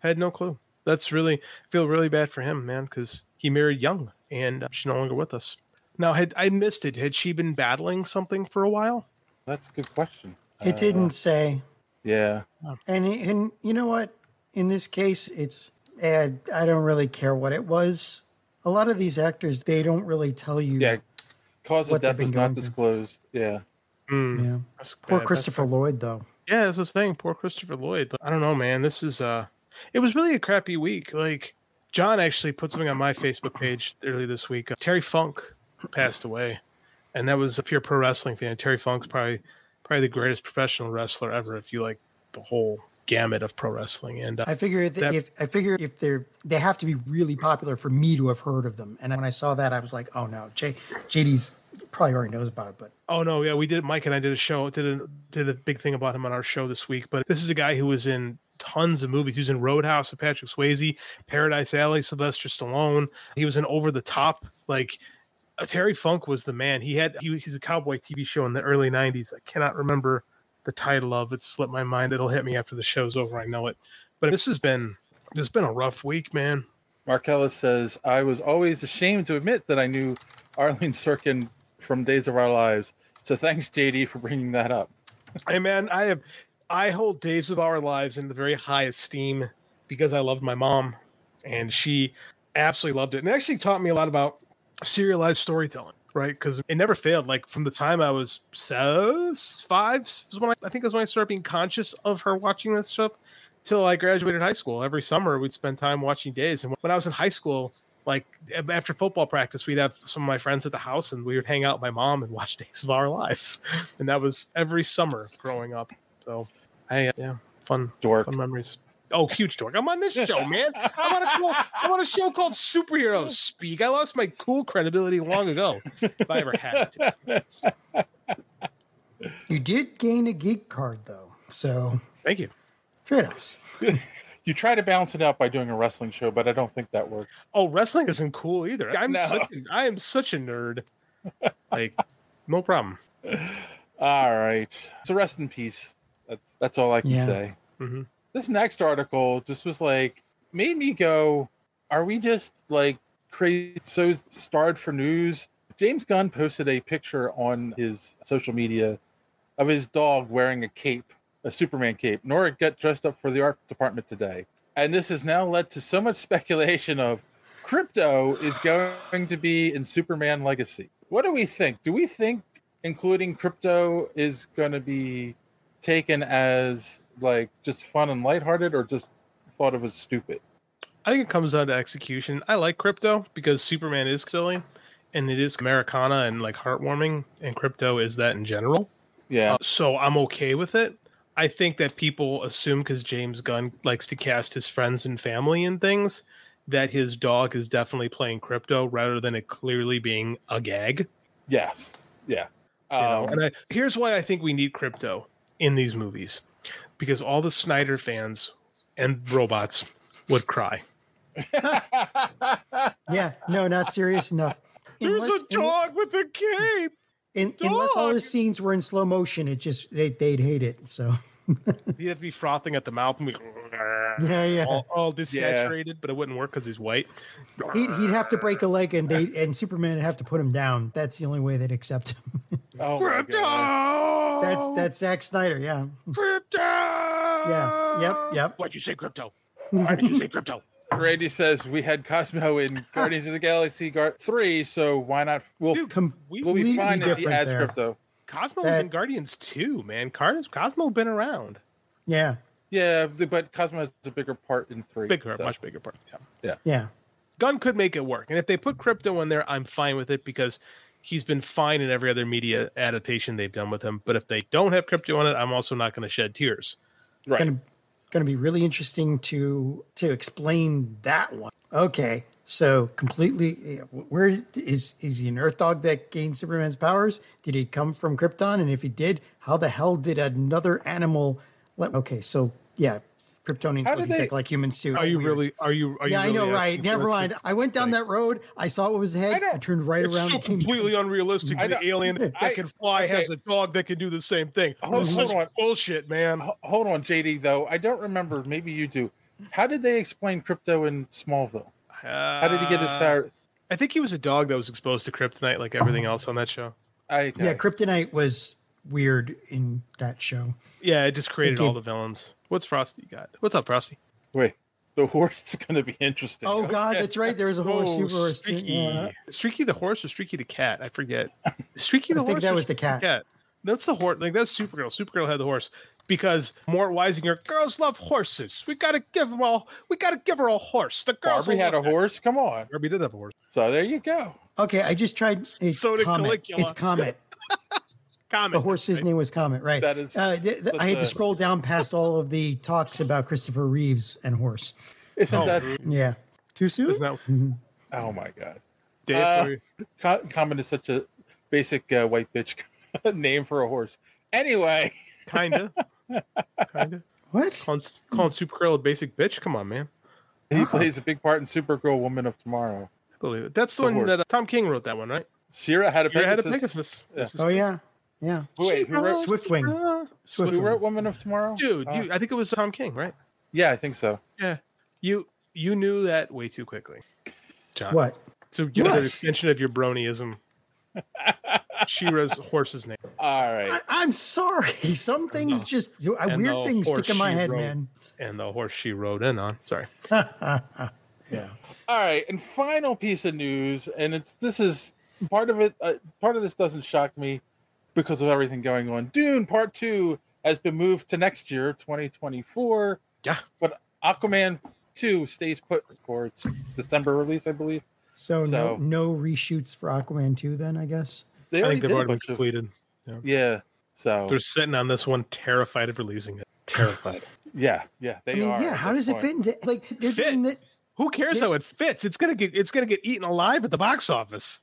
Had no clue. That's really I feel really bad for him, man, because he married young and uh, she's no longer with us. Now, had I missed it? Had she been battling something for a while? That's a good question. It didn't say. yeah And and you know what? In this case, it's eh, I don't really care what it was. A lot of these actors, they don't really tell you. Yeah, cause of What they've death been was not going through. disclosed yeah Yeah. That's Poor bad. That's Christopher Lloyd, though. Yeah, that's the thing. Poor Christopher Lloyd. But I don't know, man. This is uh it was really a crappy week. Like John actually put something on my Facebook page earlier this week. Uh, Terry Funk passed away. And that was if you're a pro wrestling fan, Terry Funk's probably probably the greatest professional wrestler ever if you like the whole gamut of pro wrestling. And uh, I figure that, if I figure if they're they have to be really popular for me to have heard of them. And when I saw that, I was like, oh no, J, JD's probably already knows about it. But Oh no, yeah, we did. Mike and I did a show, did a did a big thing about him on our show this week. But this is a guy who was in tons of movies. He was in Roadhouse with Patrick Swayze, Paradise Alley, Sylvester Stallone. He was in Over the Top. Like uh, Terry Funk was the man. He had he was- he's a cowboy TV show in the early '90s. I cannot remember the title of it. Slipped my mind. It'll hit me after the show's over. I know it. But this has been this has been a rough week, man. Marcella says, I was always ashamed to admit that I knew Arlene Sorkin from Days of Our Lives. So thanks, JD, for bringing that up. Hey man, I have I hold Days of Our Lives in the very high esteem because I loved my mom and she absolutely loved it. And it actually taught me a lot about serialized storytelling, right? Because it never failed. Like from the time I was so five is when I, I think is when I started being conscious of her watching this stuff till I graduated high school. Every summer we'd spend time watching days. And when I was in high school, like a- after football practice, we'd have some of my friends at the house and we would hang out with my mom and watch Days of Our Lives. And that was every summer growing up. So I uh, yeah, fun dork fun memories. Oh, huge dork. I'm on this show, man. I'm on a cool, I'm on a show called Superheroes Speak. I lost my cool credibility long ago if I ever had to. you did gain a geek card though, so Thank you. trade offs. You try to balance it out by doing a wrestling show, but I don't think that works. Oh, wrestling isn't cool either. I'm No. such a, I am such a nerd. Like, no problem. All right. So rest in peace. That's that's all I can Yeah. say. Mhm. This next article just was like made me go, are we just like crazy, so starred for news. James Gunn posted a picture on his social media of his dog wearing a cape, a Superman cape. Nora got dressed up for the art department today. And this has now led to so much speculation of crypto is going to be in Superman Legacy. What do we think? Do we think including crypto is going to be taken as like just fun and lighthearted or just thought of as stupid? I think it comes down to execution. I like crypto because Superman is silly and it is Americana and like heartwarming, and crypto is that in general. Yeah. Uh, so I'm okay with it. I think that people assume because James Gunn likes to cast his friends and family and things that his dog is definitely playing crypto rather than it clearly being a gag. Yes. Yeah. Um, You Oh. know, and I, here's why I think we need crypto in these movies because all the Snyder fans and robots would cry. Yeah, no, not serious enough. There's a dog with a cape. In, unless all the scenes were in slow motion, it just they, they'd hate it. So He'd have to be frothing at the mouth and be Yeah, yeah. All, all Yeah. desaturated, but it wouldn't work because he's white. he'd, he'd have to break a leg, and they and Superman would have to put him down. That's the only way they'd accept him. Oh my god. That's that's Zack Snyder. Yeah. Crypto. Yeah. Yep. Yep. Why'd you say crypto? Why did you say crypto? Randy says we had Cosmo in Guardians of the Galaxy Guard three, so why not? We'll we'll be fine if he adds crypto. Cosmo was That- in Guardians too, man. Cardinals, Cosmo been around. Yeah. Yeah, but Cosmo has a bigger part in three. Bigger, so- much bigger part. Yeah. Yeah. Yeah. Gunn could make it work. And if they put crypto in there, I'm fine with it because he's been fine in every other media adaptation they've done with him. But if they don't have crypto on it, I'm also not going to shed tears. Right. Gonna, gonna be really interesting to to explain that one. Okay. So completely, yeah, where is is he an Earth dog that gained Superman's powers? Did he come from Krypton? And if he did, how the hell did another animal? Let, okay, so yeah, Kryptonians How look did exactly they- like humans too. Are you Weird. really? Are you? Are you? yeah, really I know, right? asking for Never us to- mind. I went down that road. I saw what was ahead. I, turned right it's around. so and came- completely unrealistic. I The know. alien that I- Oh, can fly has a dog that can do the same thing. Hold, This hold is on, bullshit, man. Hold on, JD. Though I don't remember. Maybe you do. How did they explain crypto in Smallville? How did he get his Uh, powers? I think he was a dog that was exposed to kryptonite, like everything else on that show. I Yeah, Kryptonite was weird in that show. yeah, it just created It all did. the villains. What's Frosty got? What's up, Frosty? Wait, the horse is going to be interesting. Oh God, that's right. There was a horse. super horse. too. Oh, Streaky. Yeah. Streaky the horse or Streaky the cat? I forget. Streaky the I horse. think that or was the Streaky cat. That's the horse. Like that's Supergirl. Supergirl had the horse because Mort Weisinger. Girls love horses. We gotta give them all. We gotta give her a horse. The girls Barbie will had a love that. horse. Come on. Barbie did have a horse. So there you go. Okay, I just tried. It's So did Comet. Caligula. It's Comet. Comet. The horse's name was Comet, right? That is Uh, th- th- I had to such a- scroll down past all of the talks about Christopher Reeves and horse. Isn't Oh. that- yeah? Too soon? Mhm. Oh my god. Dave, Uh, what are you- Co- Comet is such a basic uh, white bitch name for a horse. Anyway, kinda, kinda. What? Calling, calling Supergirl a basic bitch? Come on, man. He plays a big part in Supergirl, Woman of Tomorrow. I believe it. That's the, The one horse. that uh, Tom King wrote. That one, right? Shira had a Shira had a Pegasus. Pegasus. This is uh, Oh yeah, yeah. Wait, who wrote Swiftwing? Who Swiftwing. wrote Woman of Tomorrow? Dude, Uh, you, I think it was Tom King, right? yeah, I think so. Yeah, you you knew that way too quickly, John. What? So you know What? the extension of your bronyism. Shira's horse's name. All right. I'm sorry. Some things just I, And weird the things stick horse in my she head, rode- man. And the horse she rode in on. Sorry. Yeah. All right, and final piece of news, and it's this is part of it. Uh, part of this doesn't shock me because of everything going on. Dune Part Two has been moved to next year, 2024. Yeah, but Aquaman Two stays put for its December release, I believe. So, no So- no reshoots for Aquaman two, then I guess. They I already think they've did a already been bunch of- completed. Yeah. Yeah. So They're sitting on this one, terrified of releasing it. Terrified. yeah, yeah, they I mean, are. yeah. at How this does it point. fit into like they're doing that? Who cares how it fits? It's gonna get it's gonna get eaten alive at the box office.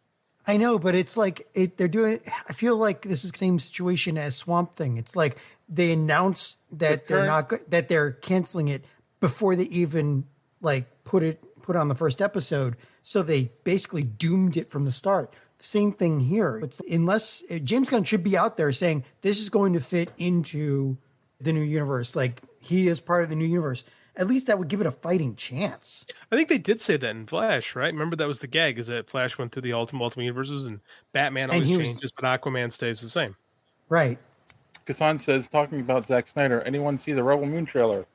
I know, but it's like it, they're doing. I feel like this is the same situation as Swamp Thing. It's like they announce that they're current- not go- that they're canceling it before they even like put it put on the first episode. So they basically doomed it from the start. Same thing here. It's unless uh, James Gunn should be out there saying this is going to fit into the new universe. Like he is part of the new universe. at least that would give it a fighting chance. I think they did say that in Flash, right? Remember that was the gag is that Flash went through the ultimate ultimate universes and Batman And always he was- changes, but Aquaman stays the same. Right. Kassan says, talking about Zack Snyder, anyone see the Rebel Moon trailer?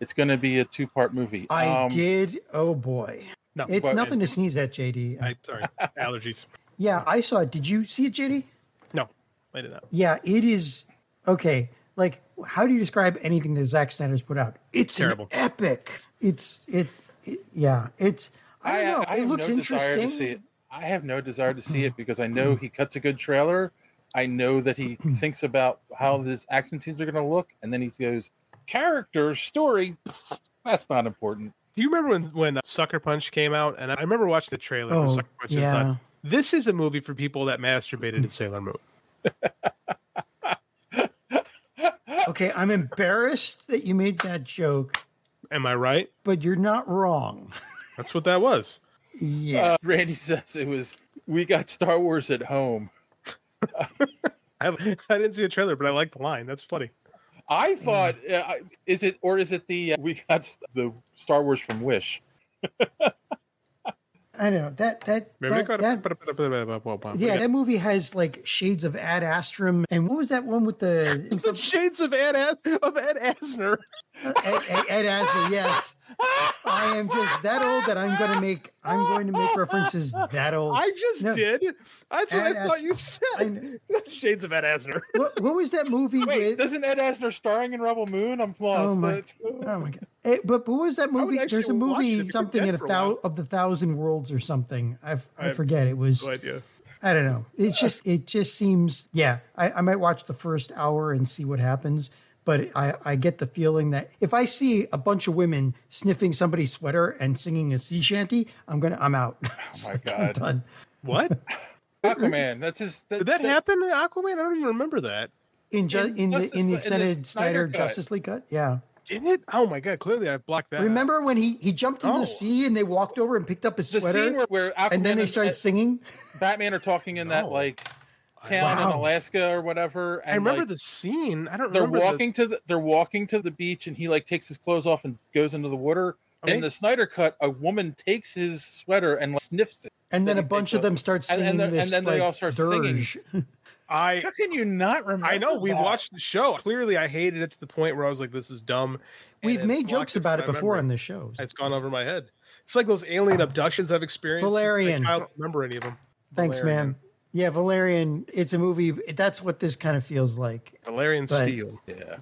It's going to be a two part movie. I Um, did. Oh boy, No, it's but- nothing to sneeze at, JD. I sorry, allergies. yeah, I saw it. Did you see it, JD? No, I did not. Yeah, it is okay. Like, how do you describe anything that Zack Snyder's put out? It's Terrible. an epic. It's it, it. Yeah, it's. I don't know. I it have looks no desire interesting. To see it. I have no desire to see it because I know he cuts a good trailer. I know that he thinks about how his action scenes are going to look, and then he goes, character, story. That's not important. Do you remember when when uh, Sucker Punch came out? And I remember watching the trailer for Oh, Sucker Punch. and yeah. thought, this is a movie for people that masturbated at Sailor Moon. Ah! okay, I'm embarrassed that you made that joke. Am I right? But you're not wrong. That's what that was. Yeah. Uh, Randy says it was, we got Star Wars at home. I, I didn't see a trailer, but I like the line. That's funny. Mm. I thought, uh, I- is it, or is it the, uh, we got s- the Star Wars from Wish? I don't know that that that, that yeah, that movie has like shades of Ad Astrum, and what was that one with the shades of Ed As- of Ed Asner? Ed, Ed, Ed Asner, yes. I am just that old that I'm gonna make I'm going to make references that old. I just did. That's what Ed I thought Asner. you said. Shades of Ed Asner. What, what was that movie with? Isn't Ed Asner starring in Rebel Moon? I'm lost. Oh my, That's- oh my god! Eh, but, but what was that movie? There's a actually watch it if you movie were something dead in a for a thou of the thousand worlds or something. I, f- I forget. It was No idea. I don't know. It's just it just seems yeah. I, I might watch the first hour and see what happens, but I I get the feeling that if I see a bunch of women sniffing somebody's sweater and singing a sea shanty, I'm gonna I'm out. Oh my I'm God. done. What? Aquaman. That's his. Did that happen in Aquaman? I don't even remember that. In ju- in, the in the extended Snyder, Cut. Justice League cut, yeah. Did it? Oh my god! Clearly, I blocked that. Remember when he he jumped into Oh. the sea and they walked over and picked up his The sweater, scene where- where and Aquaman then they is- started singing. Batman are talking in that like town in Wow. Alaska or whatever. And, I remember like, the scene. I don't. They're remember the- walking to the they're walking to the beach, and he like takes his clothes off and goes into the water. Okay. In the Snyder cut, a woman takes his sweater and like, sniffs it, And then he a bunch picks of up. them start And- and singing then- this, and then they like, all start dirge. singing. I how can you not remember? I know we that? watched the show. Clearly, I hated it to the point where I was like, "This is dumb." and We've it made blocked jokes from about my it before memory. on this show. It's gone over my head. It's like those alien abductions I've experienced. since I was a Valerian. child. I don't remember any of them. Thanks, Valerian. man. Yeah, Valerian. It's a movie. That's what this kind of feels like. Valerian But- Steel. Yeah.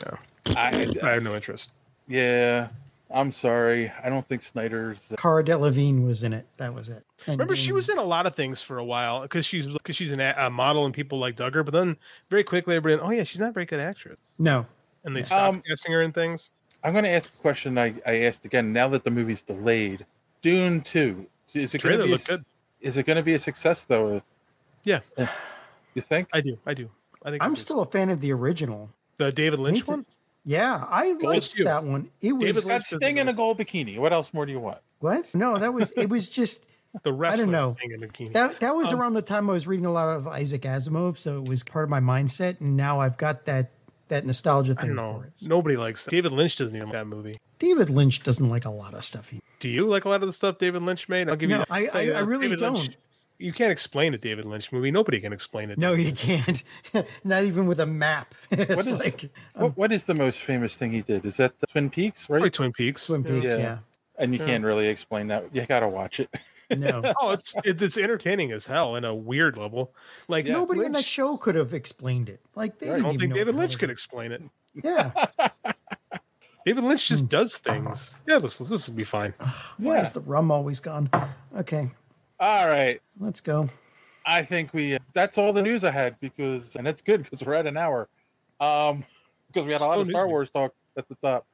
Yeah. I, I have no interest. Yeah, I'm sorry. I don't think Snyder's. uh, Cara Delevingne was in it. That was it. And- Remember, she was in a lot of things for a while because she's because she's an, a a model and people like dug her. But then very quickly, everybody, oh yeah, she's not a very good actress, No. and they Um, stopped casting her in things. I'm going to ask a question I, I asked again now that the movie's delayed. Dune 2. Is it going Trailer to be a, looked good. Is it going to be a success though? Yeah, You think? I do. I do. I think I'm still a fan of the original. the David Lynch It's a- one. Yeah, I Gold liked Shoe. that one. It was David got Sting in a gold bikini. What else more do you want? what? No, that was. It was just. The I wrestler don't know. Sting in a bikini. That that was Um, around the time I was reading a lot of Isaac Asimov, so it was part of my mindset, and now I've got that that nostalgia I thing. don't know. Nobody likes David Lynch. Doesn't even like that movie. David Lynch doesn't like a lot of stuff. He Do you like a lot of the stuff David Lynch made? I'll give No, you. I- I'll tell I- you I that really Lynch- don't. you can't explain a David Lynch movie. Nobody can explain it. no, you can't. Not even with a map. it's What is- like What, what is the most famous thing he did? Is that the Twin Peaks? Right? Twin Peaks. Twin Peaks, yeah. And you Yeah. can't really explain that. You got to watch it. no. oh, it's it, it's entertaining as hell in a weird level. Like Nobody in that Lynch- show could have explained it. Like they I didn't don't even think know David what Lynch it could explain it. was. Yeah. David Lynch Hmm. just does things. Yeah, this this will be fine. Why is the rum always gone? Okay, All right. let's go. I think we. uh, That's all the news I had because, and that's good because we're at an hour. Um, because we had a lot Slow of Star news. Wars talk at the top,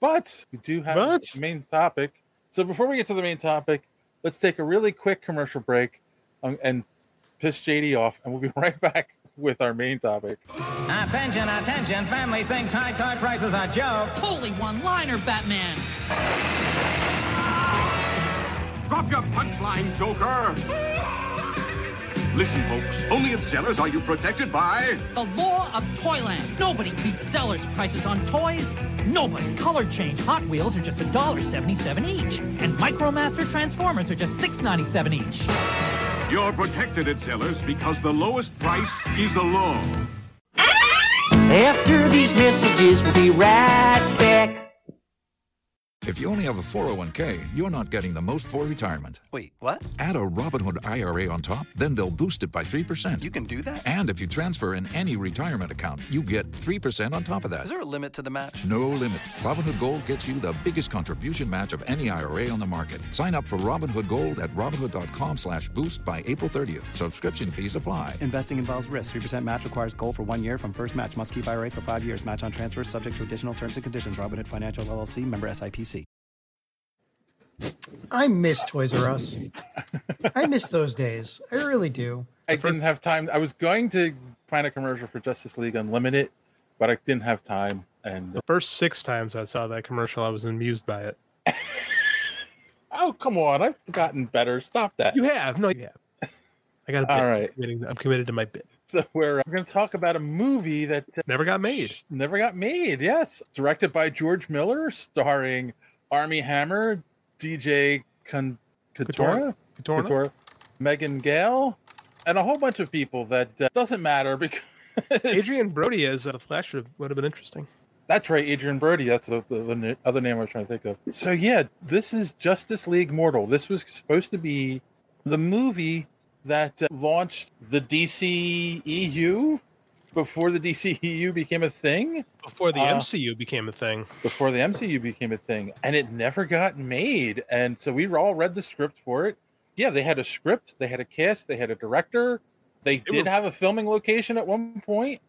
but we do have the main topic. So before we get to the main topic, let's take a really quick commercial break, um, and piss JD off, and we'll be right back with our main topic. Attention, attention, family thinks high toy prices are joke. Holy one-liner, Batman. Drop your punchline, Joker! Listen, folks, only at Zellers are you protected by. The law of Toyland. Nobody beats Zeller's prices on toys. Nobody. Color change Hot Wheels are just $1.77 each. And Micromaster Transformers are just $6.97 each. You're protected at Zellers because the lowest price is the law. After these messages, we'll be right back. If you only have a 401k, you're not getting the most for retirement. Wait, what? Add a Robinhood IRA on top, then they'll boost it by 3%. You can do that? And if you transfer in any retirement account, you get 3% on top of that. Is there a limit to the match? No limit. Robinhood Gold gets you the biggest contribution match of any IRA on the market. Sign up for Robinhood Gold at Robinhood.com slash boost by April 30th. Subscription fees apply. Investing involves risk. 3% match requires gold for one year from first match. Must keep IRA for five years. Match on transfers subject to additional terms and conditions. Robinhood Financial LLC member SIPC. I miss Toys R Us. I miss those days. I really do. I didn't have time. I was going to find a commercial for Justice League Unlimited, but I didn't have time. And The first six times I saw that commercial, I was amused by it. oh, come on. I've gotten better. Stop that. You have. No, you have. I got a bit. All right. I'm committing- I'm committed to my bit. So we're, we're going to talk about a movie that uh, never got made. Never got made. Yes, directed by George Miller, starring Army Hammer, DJ Con- Katora, Katora. Megan Gale, and a whole bunch of people that uh, doesn't matter because Adrian Brody as a Flash would have, would have been interesting. that's right, Adrian Brody. That's the, the, the na- other name I was trying to think of. So yeah, this is Justice League Mortal. This was supposed to be the movie that uh, launched the DC EU before the DC EU became a thing. Before the Uh, MCU became a thing. before the MCU became a thing, and it never got made. And so we all read the script for it. Yeah, they had a script, they had a cast, they had a director, they did were- have a filming location at one point,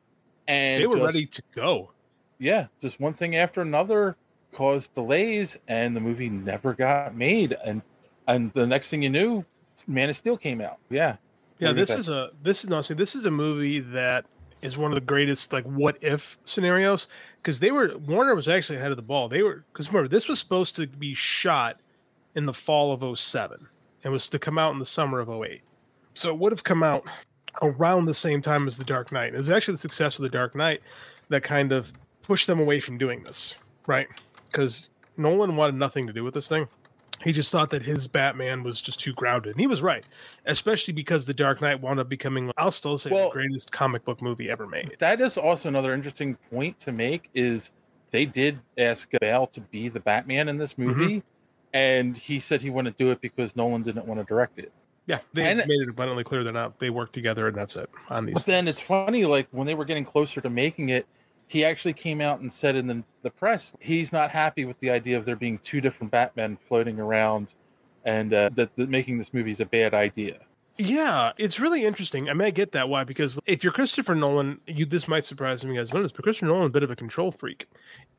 and They were just- ready to go. Yeah, just one thing after another caused delays, and the movie never got made. And and the next thing you knew, Man of Steel came out. Yeah, Yeah, Look at this that. is a this is no see this is a movie that is one of the greatest like what if scenarios because they were Warner was actually ahead of the ball. They were because remember this was supposed to be shot in the fall of 07 and was to come out in the summer of 08. So it would have come out around the same time as The Dark Knight. It was actually the success of The Dark Knight that kind of pushed them away from doing this, right? Because Nolan wanted nothing to do with this thing. He just thought that his Batman was just too grounded. And he was right, especially because The Dark Knight wound up becoming, I'll still say, the greatest comic book movie ever made. That is also another interesting point to make is they did ask Bale to be the Batman in this movie, and he said he wouldn't do it because Nolan didn't want to direct it. Yeah, they And- made it abundantly clear they're not, they work together and that's it on these. But then it's funny, like when they were getting closer to making it, he actually came out and said in the, the press he's not happy with the idea of there being two different Batmen floating around, and uh, that, that making this movie is a bad idea. Yeah, it's really interesting. I mean, I get that why because if you're Christopher Nolan, you this might surprise some of you guys notice, but Christopher Nolan a bit of a control freak,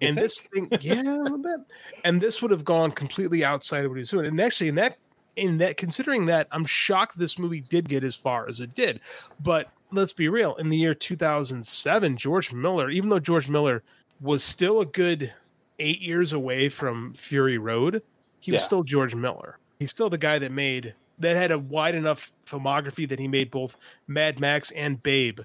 You and this thing, yeah, a little bit, and this would have gone completely outside of what he was doing. And actually, in that, in that, considering that, I'm shocked this movie did get as far as it did. But let's be real, in the year 2007, George Miller, even though George Miller was still a good eight years away from Fury Road, he was Yeah. still George Miller. He's still the guy that made that had a wide enough filmography that he made both Mad Max and Babe.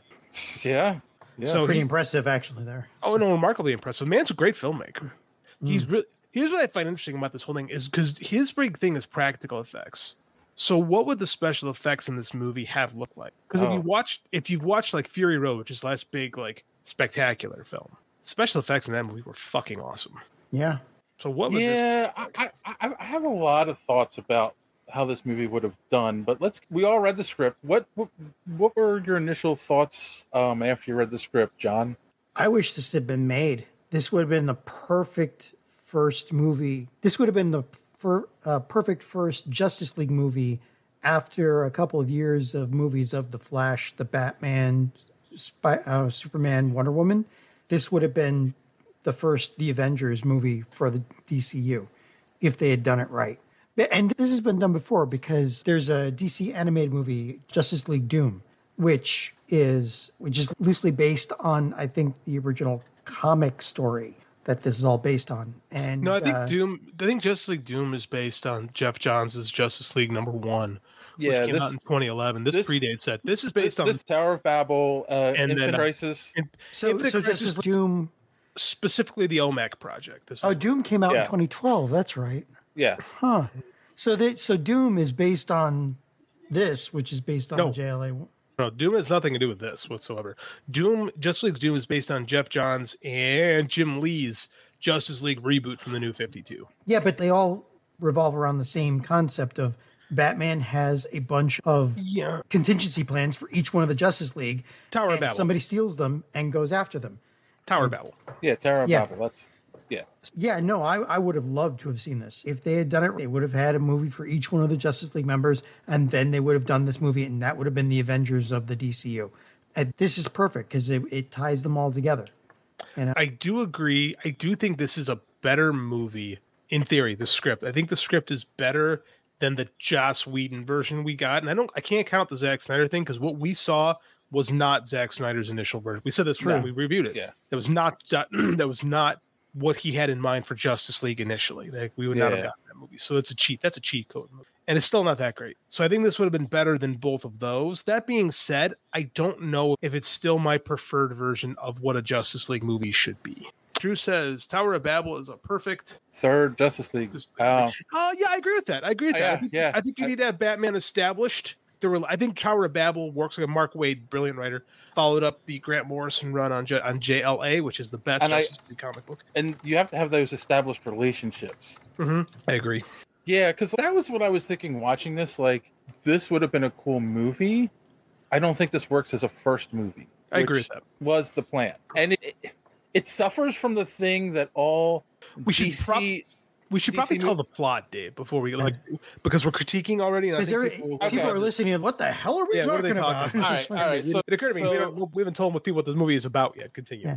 Yeah. Yeah. So Pretty Oh, he- impressive, actually, there. Oh no, remarkably impressive. Man's a great filmmaker. Hmm. He's really here's what I find interesting about this whole thing is because his big thing is practical effects. So what would the special effects in this movie have looked like? Because if Oh. you watched if you've watched like Fury Road, which is the last big like spectacular film, special effects in that movie were fucking awesome. Yeah. So what would this Yeah, I, I, I- I have a lot of thoughts about how this movie would have done, but let's. We all read the script. What what, what were your initial thoughts um, after you read the script, John? I wish this had been made. This would have been the perfect first movie. This would have been the fir- uh, perfect first Justice League movie after a couple of years of movies of The Flash, The Batman, Spy- uh, Superman, Wonder Woman. This would have been the first The Avengers movie for the DCU if they had done it right. But- And this has been done before because there's a DC animated movie, Justice League Doom, which is which is loosely based on I think the original comic story that this is all based on. And No, I think uh, Doom. I think Justice League Doom is based on Jeff Johns' Justice League number one, which Yeah, came out this- in 2011. This, predates that. This is This, based on this Tower of Babel, uh, and Infinite then, uh, Crisis. in- So- Infinite so Crisis Justice was Doom. specifically the OMAC project. This Oh, is- Doom came out Yeah. in 2012. That's right. Yeah. Huh. So they so Doom is based on this, which is based on No. the JLA. one. No, Doom has nothing to do with this whatsoever. Doom, Justice League's Doom is based on Jeff Johns and Jim Lee's Justice League reboot from the New 52. Yeah, but they all revolve around the same concept of Batman has a bunch of yeah. contingency plans for each one of the Justice League. Tower and Babel. Somebody steals them and goes after them. Tower Babel. Yeah, Tower of Yeah. Babel. That's yeah. Yeah, no, I, I would have loved to have seen this. If they had done it, they would have had a movie for each one of the Justice League members, and then they would have done this movie, and that would have been the Avengers of the DCU. And this is perfect because it, it ties them all together. I do agree. I do think this is a better movie in theory. The script, I think the script is better than the Joss Whedon version we got, and I don't, I can't count the Zack Snyder thing because what we saw was not Zack Snyder's initial version. We said this when No. we reviewed it. Yeah. that was not that, that was not what he had in mind for Justice League initially. Like we would not have Yeah. gotten that movie. So it's a cheat. That's a cheat code movie. And it's still not that great. So I think this would have been better than both of those. That being said, I don't know if it's still my preferred version of what a Justice League movie should be. Drew says Tower of Babel is a perfect. Third Justice League. Um, Oh yeah, I agree with that. I agree with Oh, that. I yeah, think, yeah. I think you need to have Batman established. There were, I think Tower of Babel works like a Mark Wade, brilliant writer, followed up the Grant Morrison run on J- on JLA, which is the best And I- Justice League comic book. and you have to have those established relationships. Mm-hmm. I agree. Yeah, because that was what I was thinking watching this. Like, this would have been a cool movie. I don't think this works as a first movie. I agree which with that. Was the plan, and it it suffers from the thing that all We should DC prob- We should probably DC tell mo- the plot, Dave, before we like because we're critiquing already. and I Because think people, people are Okay. listening, and, what the hell are we Yeah, what are talking, they about? talking about? It's like- it occurred to me we, don't, we haven't told them what people what this movie is about yet. Continue.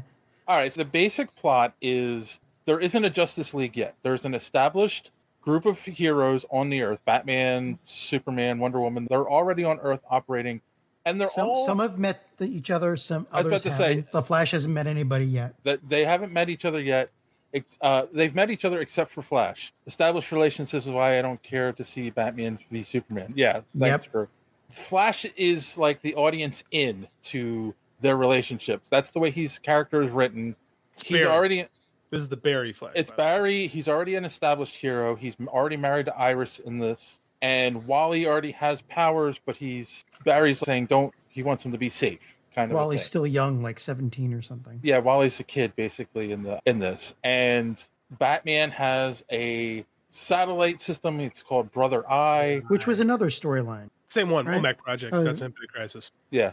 All right. So the basic plot is there isn't a Justice League yet. There's an established group of heroes on the Earth: Batman, Superman, Wonder Woman. They're already on Earth operating, and they're some, all some have met the, each other, some I was about others to say- haven't. the Flash hasn't met anybody yet. that they haven't met each other yet. It's, uh, they've met each other except for Flash. Established relationships is why I don't care to see Batman v Superman. Yeah, that's Yep. true. Flash is like the audience in to their relationships. That's the way his character is written. he's Barry. already This is the Barry flash. it's Barry. He's already an established hero. He's m- already married to Iris in this, and Wally already has powers, but he's Barry's saying don't. He wants him to be safe, kind of. a While he's thing. still young, like 17 or something. yeah, Wally's a kid basically in the in this, and Batman has a satellite system. It's called Brother Eye. Which was another storyline. Same one, Right. OMAC project. Oh, That's yeah. Infinite Crisis. Yeah.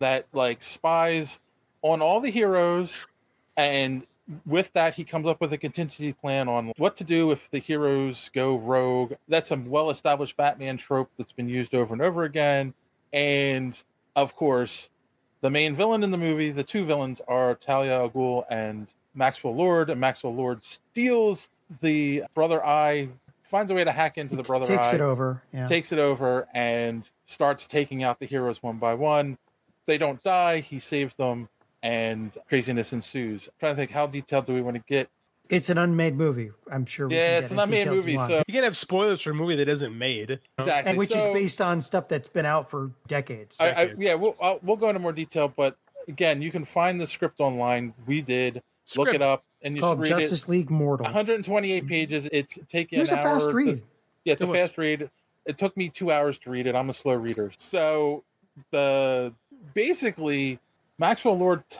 That like spies on all the heroes and with that he comes up with a contingency plan on what to do if the heroes go rogue. That's a well-established Batman trope that's been used over and over again. And of course, the main villain in the movie, the two villains are Talia al Ghul and Maxwell Lord. And Maxwell Lord steals the Brother Eye, finds a way to hack into the Brother Takes Eye it over. Yeah. takes it over and starts taking out the heroes one by one. They don't die. He saves them, and craziness ensues. trying to think, how detailed do we want to get? it's an unmade movie. I'm sure. we Yeah, can it's get an unmade details movie, you want. so- You can have spoilers for a movie that isn't made. Exactly. and which so- is based on stuff that's been out for decades. I, I, yeah, we'll i we'll go into more detail, but again, you can find the script online. We did look it Script. up, and it's you called should read Justice it. League Mortal. 128 pages. It's taken. It was an a fast hour to- read. yeah, it's It a was. fast read. It took me two hours to read it. I'm a slow reader. So the basically Maxwell Lord t-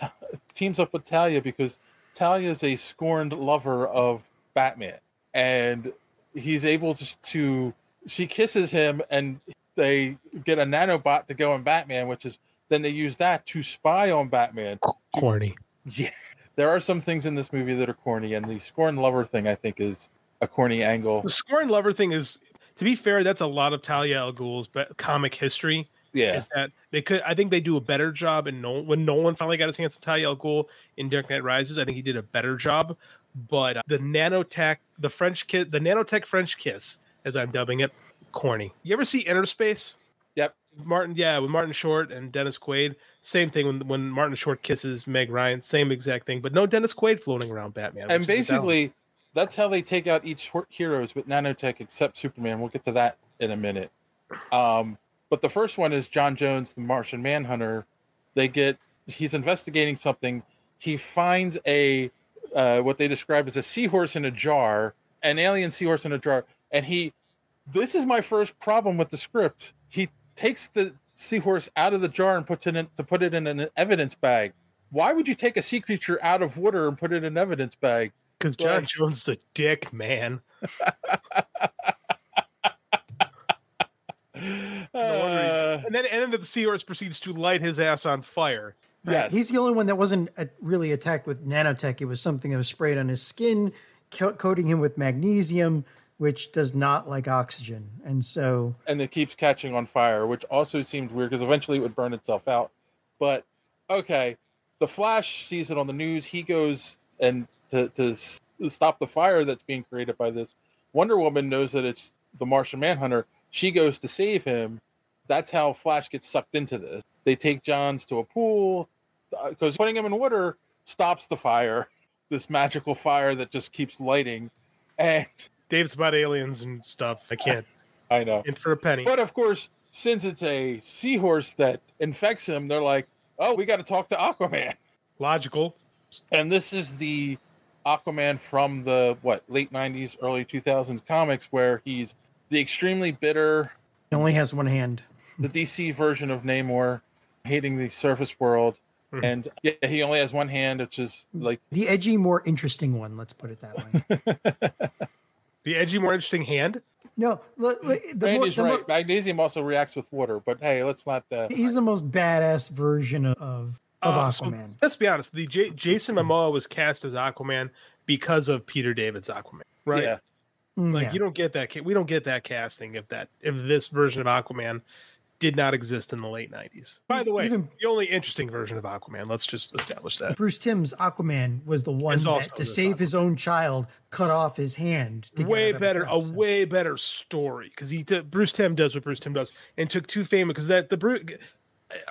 teams up with Talia because Talia is a scorned lover of Batman, and he's able to, to she kisses him, and they get a nanobot to go on Batman, which is then they use that to spy on Batman. Corny. Yeah, there are some things in this movie that are corny, and the scorned lover thing I think is a corny angle. The scorn lover thing is, to be fair, that's a lot of Talia al Ghul's be- comic history. Yeah. is that they could? I think they do a better job. And no, when Nolan finally got his hands on Talia al Ghul in Dark Knight Rises, I think he did a better job. But uh, the nanotech, the French kid, the nanotech French kiss, as I'm dubbing it, corny. You ever see Inner Space? Yep. Martin, yeah, with Martin Short and Dennis Quaid, same thing when when Martin Short kisses Meg Ryan, same exact thing, but no Dennis Quaid floating around Batman. and which is a down- basically that's how they take out each hor- heroes with nanotech except superman we'll get to that in a minute Um, but the first one is John Jones, the Martian Manhunter. They get he's investigating something. He finds a uh, what they describe as a seahorse in a jar, an alien seahorse in a jar, and he. This is my first problem with the script. He takes the seahorse out of the jar and puts it in to put it in an evidence bag. Why would you take a sea creature out of water and put it in an evidence bag? Because John Jones is a dick, man. No wonder he- and then and then the seahorse proceeds to light his ass on fire. Right. He's the only one that wasn't uh, really attacked with nanotech. It was something that was sprayed on his skin, co- coating him with magnesium, which does not like oxygen. And so, and it keeps catching on fire, which also seemed weird because eventually it would burn itself out. But okay, the Flash sees it on the news. He goes and to to s- stop the fire that's being created by this. Wonder Woman knows that it's the Martian Manhunter. She goes to save him. That's how Flash gets sucked into this. They take Johns to a pool because putting him in water stops the fire. This magical fire that just keeps lighting. And Dave's about aliens and stuff. I can't. I know. And for a penny. But of course, since it's a seahorse that infects him, they're like, oh, we got to talk to Aquaman. Logical. And this is the Aquaman from the what late '90s, early 2000s comics, where he's the extremely bitter, he only has one hand. the DC version of Namor, hating the surface world, Mhm. and yeah, he only has one hand, which is like The edgy, more interesting one. Let's put it that way. The edgy, more interesting hand. No, l- l- the, more, Randy's the, right. mo- Magnesium also reacts with water, but hey, let's not. Uh, he's the most badass version of of Uh, so Aquaman. let's be honest. The J- Jason Momoa was cast as Aquaman because of Peter David's Aquaman, right? Yeah. Mm, Like yeah. you don't get that. ca- We don't get that casting if that if this version of Aquaman did not exist in the late '90s. By the way, the only interesting version of Aquaman. Let's just establish that. Bruce Timm's Aquaman was the one It's also that, to this save his own child, cut off his hand. To get way out of a better, trap. a way better story because he t- Bruce Tim does what Bruce Tim does and took two famous because that the Bruce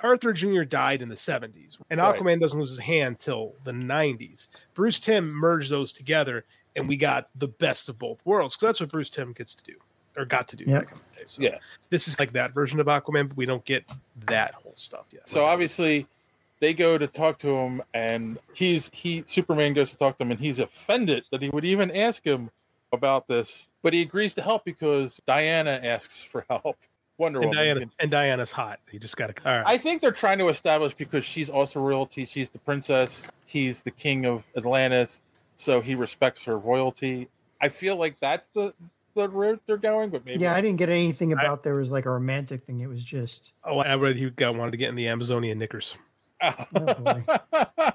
Arthur Jr. died in the 70s and Right. Aquaman doesn't lose his hand till the 90s. Bruce Tim merged those together and we got the best of both worlds because that's what Bruce Tim gets to do or got to do. Yep. back in the day. So yeah. this is like that version of Aquaman, but we don't get that whole stuff yet. So obviously, they go to talk to him, and he's he Superman goes to talk to him, and he's offended that he would even ask him about this, but he agrees to help because Diana asks for help. Wonder and Woman. Diana and Diana's hot. You just got to. All right. I think they're trying to establish because she's also royalty. She's the princess. He's the king of Atlantis, so he respects her royalty. I feel like that's the the route they're going, but maybe Yeah, I didn't get anything about there was like a romantic thing. It was just oh, I read he got wanted to get in the Amazonian knickers. oh, yeah.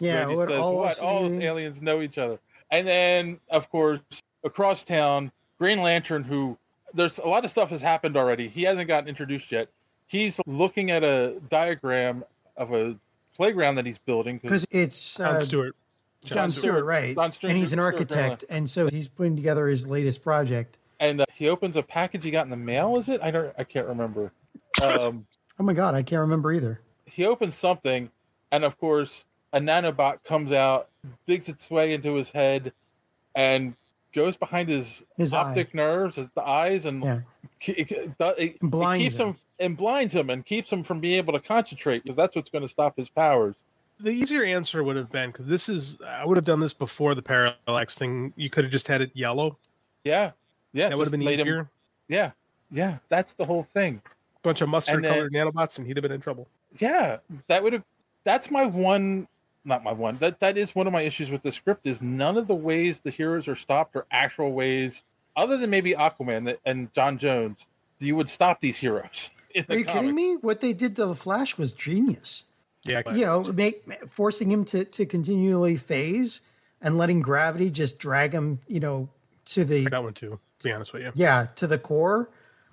Randy What, says, all "What? I've All seen- aliens know each other. And then, of course, across town, Green Lantern, who there's a lot of stuff has happened already. He hasn't gotten introduced yet. He's looking at a diagram of a playground that he's building 'Cause it's, John uh, Stewart. John, Stewart, right? John Stewart- and he's an Stewart, Green architect, Lantern. and so he's putting together his latest project. And uh, he opens a package he got in the mail. Is it? I don't. I can't remember. Um, Oh my god, I can't remember either. he opens something, and of course, a nanobot comes out, digs its way into his head, and goes behind his, His optic nerves, his the eyes, and Yeah. ke- it, it- it Blinds keeps him. him and blinds him and keeps him from being able to concentrate because that's what's going to stop his powers. the easier answer would have been because this is I would have done this before the parallax thing. You could have just had it yellow. Yeah, yeah, That would just have been made him- easier. yeah, yeah, that's the whole thing. Bunch of mustard And then- colored nanobots, and he'd have been in trouble. yeah that would have that's my one not my one that that is one of my issues with the script is none of the ways the heroes are stopped are actual ways other than maybe aquaman that- and john jones you would stop these heroes in the Are you comic. kidding me? What they did to the Flash was genius. Yeah, you know, make forcing him to to continually phase and letting gravity just drag him, you know, to the I got one too. To be honest with you, yeah to the core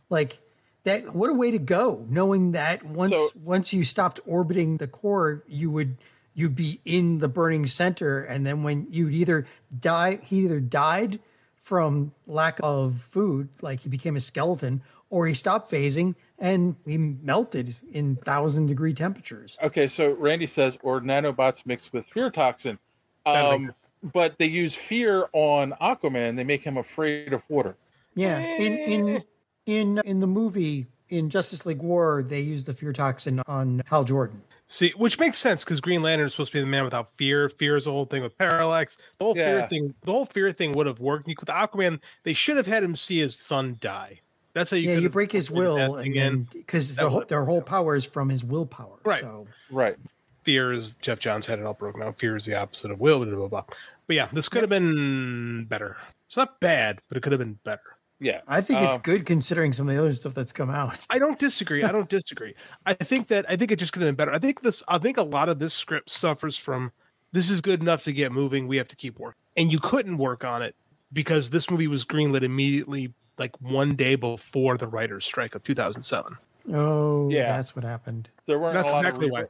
like that what a way to go knowing that once So- once you stopped orbiting the core you would you'd be in the burning center and then when you'd either die he either died from lack of food like he became a skeleton or he stopped phasing and he melted in thousand degree temperatures okay so randy says or nanobots mixed with fear toxin That'd be um but they use fear on Aquaman. They make him afraid of water. Yeah, in in in in the movie in Justice League War, they used the fear toxin on Hal Jordan. See, which makes sense because Green Lantern is supposed to be the man without fear. Fear is the whole thing with Parallax. The whole Yeah. fear thing, the whole fear thing would have worked. With Aquaman, they should have had him see his son die. That's how you. yeah, could you have break his avoided that will, thing and in. then because That their whole, would've- their whole power is from his willpower. Right. So Right. Fear is Jeff Johns had it all broken out. Fear is the opposite of will. Blah, blah, blah. But yeah, this could have been better. It's not bad, but it could have been better. Yeah, I think it's Um, good considering some of the other stuff that's come out. I don't disagree. I don't disagree. I think that I think it just could have been better. I think this. I think a lot of this script suffers from this is good enough to get moving. We have to keep working, and you couldn't work on it because this movie was greenlit immediately, like one day before the writers' strike of 2007. Oh, Yeah. that's what happened. There weren't. That's a lot of exactly why. rewrites.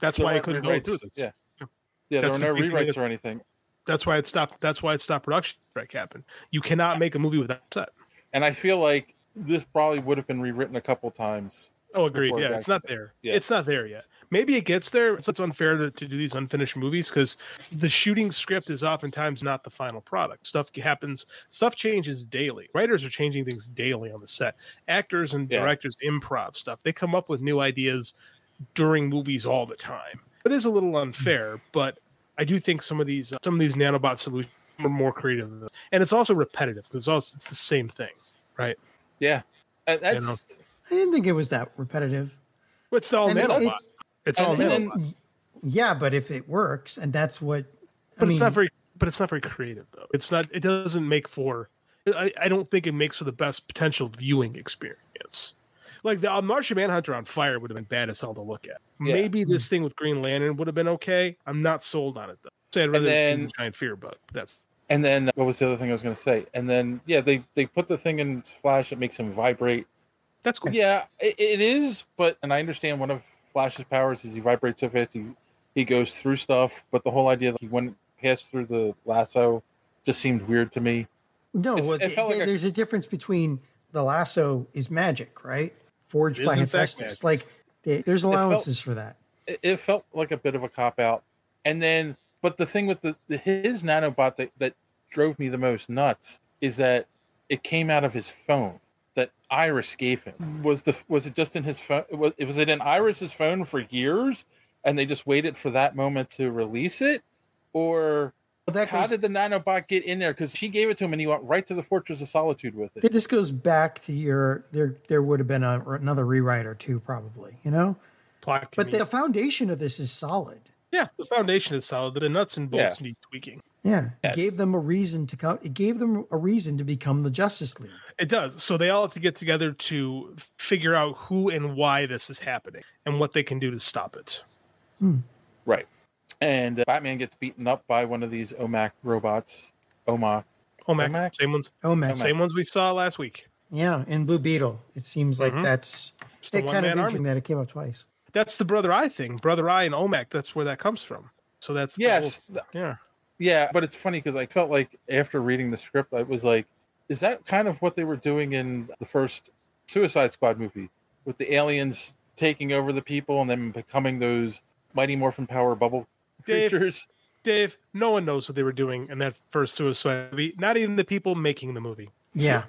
That's There why I weren't couldn't go rewrites. through this. Yeah. Yeah, That's there were the no big thing rewrites that- or anything. That's why it stopped. That's why it stopped production strike happened. You cannot make a movie without that. And I feel like this probably would have been rewritten a couple times. Oh, agreed. before it Yeah, got- it's not there. Yeah. It's not there yet. Maybe it gets there. It's, it's unfair to, to do these unfinished movies because the shooting script is oftentimes not the final product. Stuff happens, stuff changes daily. Writers are changing things daily on the set. Actors and Yeah. directors improv stuff. They come up with new ideas during movies all the time. It is a little unfair, but I do think some of these uh, some of these nanobot solutions are more creative, than this. and it's also repetitive because it's, also, it's the same thing, right? Yeah, And that's know. I didn't think it was that repetitive. It's all I mean, nanobots. it- it's all and- and then- nanobots. Yeah, but if it works, and that's what. I but mean, it's not very but it's not very creative though it's not it doesn't make for i, I don't think it makes for the best potential viewing experience like the uh, martian manhunter on fire would have been bad as hell to look at Yeah. maybe Mm-hmm. this thing with green lantern would have been okay i'm not sold on it though so i'd rather then- do the giant fear bug that's And then what was the other thing I was going to say? And then yeah, they they put the thing in Flash that makes him vibrate. That's cool. Yeah, it, it is. But and I understand one of Flash's powers is he vibrates so fast he he goes through stuff. But the whole idea that he went past through the lasso just seemed weird to me. No, It's- well, it felt th- like a- there's a difference between the lasso is magic, right? Forged It is by in fact Hephaestus. magic. Like th- It there's felt- allowances for that. It, it felt like a bit of a cop out. And then, but the thing with the, the his nanobot that that drove me the most nuts is that it came out of his phone that Iris gave him. Was the was it just in his phone? Was, was it in Iris's phone for years, and they just waited for that moment to release it, or? How did the nanobot get in there? Because she gave it to him, and he went right to the Fortress of Solitude with it. Th- This goes back to your there. There would have been a, another rewrite or two, probably. You know, plot but the foundation of this is solid. yeah the foundation is solid but the nuts and bolts Yeah. need tweaking Yeah, Yeah. it gave them a reason to come. It gave them a reason to become the Justice League. It does. So they all have to get together to figure out who and why this is happening and what they can do to stop it. Right. And uh, Batman gets beaten up by one of these OMAC robots. OMAC. OMAC. Same ones. OMAC. Same ones we saw last week. Oh, Yeah, in Blue Beetle, it seems like Mhm. that's It's the it. Kind of one-man interesting army. that it came up twice. That's the Brother Eye thing. Brother Eye and OMAC. That's where that comes from. So that's the Yes. whole- yeah. Yeah, but it's funny because I felt like after reading the script, I was like, is that kind of what they were doing in the first Suicide Squad movie with the aliens taking over the people and then becoming those Mighty Morphin Power bubble Dave, creatures? Dave, no one knows what they were doing in that first Suicide movie. Not even the people making the movie. Yeah.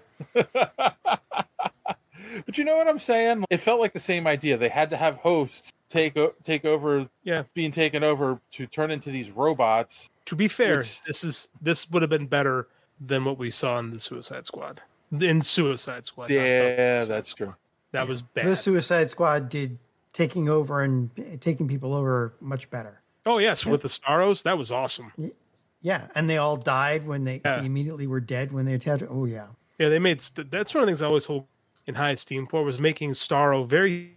But you know what I'm saying? It felt like the same idea. They had to have hosts take o- take over, yeah, being taken over to turn into these robots. To be fair, Which- this is this would have been better than what we saw in the Suicide Squad. In Suicide Squad. not the Yeah, Suicide that's Squad. true. That was bad. The Suicide Squad did taking over and taking people over much better. Oh yes, with the Starros, that was awesome. Yeah, and they all died when they, they immediately were dead when they attacked. Oh yeah, Yeah, they made st- that's one of the things I always hold in high esteem for was making Starro very,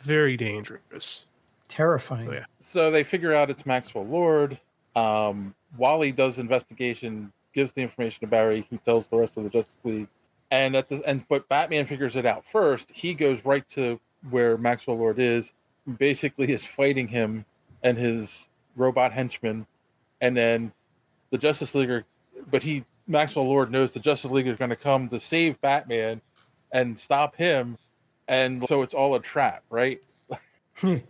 very dangerous. Oh, terrifying. So they figure out it's Maxwell Lord. Um, Wally does investigation, gives the information to Barry, who tells the rest of the Justice League. And at this, and but Batman figures it out first. He goes right to where Maxwell Lord is, basically is fighting him and his robot henchmen, and then the Justice League. Are, but he Maxwell Lord knows the Justice League is going to come to save Batman and stop him, and so it's all a trap, right?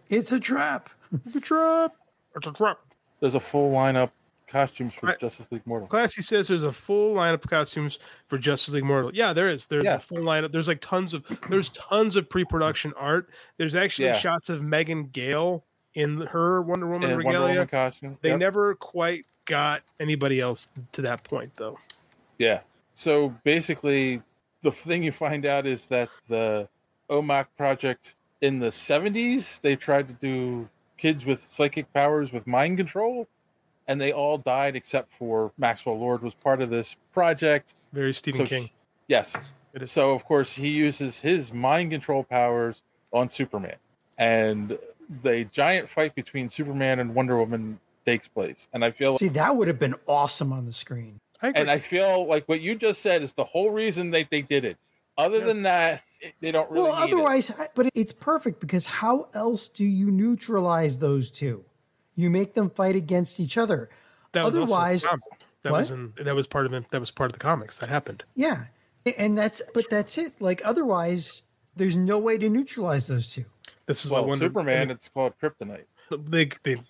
it's a trap. It's a trap. It's a trap. There's a full lineup costumes for Justice League Mortal. Classy says there's a full lineup of costumes for Justice League Mortal. Yeah, there is. There's Yeah. a full lineup. There's like tons of there's tons of pre-production art. There's actually Yeah. shots of Megan Gale in her Wonder Woman In Wonder regalia. Woman costume, They yep. never quite got anybody else to that point though. Yeah. So basically, the thing you find out is that the OMAC project in the 70s, they tried to do kids with psychic powers with mind control, and they all died except for Maxwell Lord was part of this project. Very Stephen King. Yes. So, of course, he uses his mind control powers on Superman. And the giant fight between Superman and Wonder Woman takes place. And I feel See, that would have been awesome on the screen. and I feel like what you just said is the whole reason they, they did it. Other than that, it- they don't really. well, need it. otherwise, I- but it's perfect because how else do you neutralize those two? You make them fight against each other. That was also in the otherwise, comic. that What? was in that was part of it. That was part of the comics that happened. Yeah. And that's but that's it. Like otherwise there's no way to neutralize those two. This is well, what Wonder Superman. It's called Kryptonite. They, they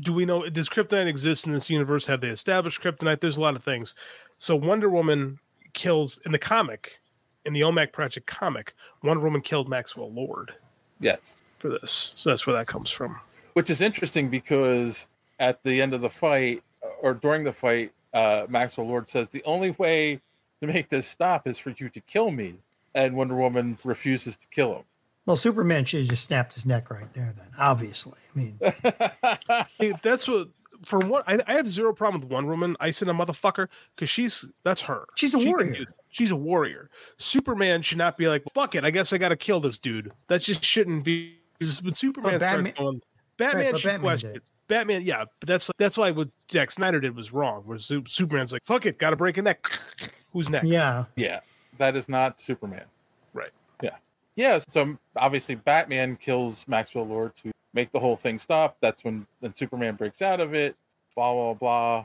do we know does kryptonite exist in this universe? Have they established kryptonite? There's a lot of things. So Wonder Woman kills in the comic, in the Omac Project comic, Wonder Woman killed Maxwell Lord Yes, for this. So that's where that comes from. which is interesting because at the end of the fight or during the fight, uh, Maxwell Lord says the only way to make this stop is for you to kill me, and Wonder Woman refuses to kill him. Well, Superman should have just snapped his neck right there then, obviously. I mean Hey, that's what for what I, I have zero problem with Wonder Woman icing a motherfucker because she's that's her. She's a can warrior. do that. She's a warrior. Superman should not be like fuck it. I guess I got to kill this dude. That just shouldn't be. 'cause When Superman Batman- starts going, Right, Batman but should Batman question did. it. Batman, yeah, but that's that's why what Zack Snyder did was wrong. Where Su- Superman's like, "Fuck it, gotta break a neck." Who's next? Yeah. Yeah, that is not Superman. Right. Yeah. Yeah. So obviously, Batman kills Maxwell Lord to make the whole thing stop. That's when then Superman breaks out of it. Blah blah blah.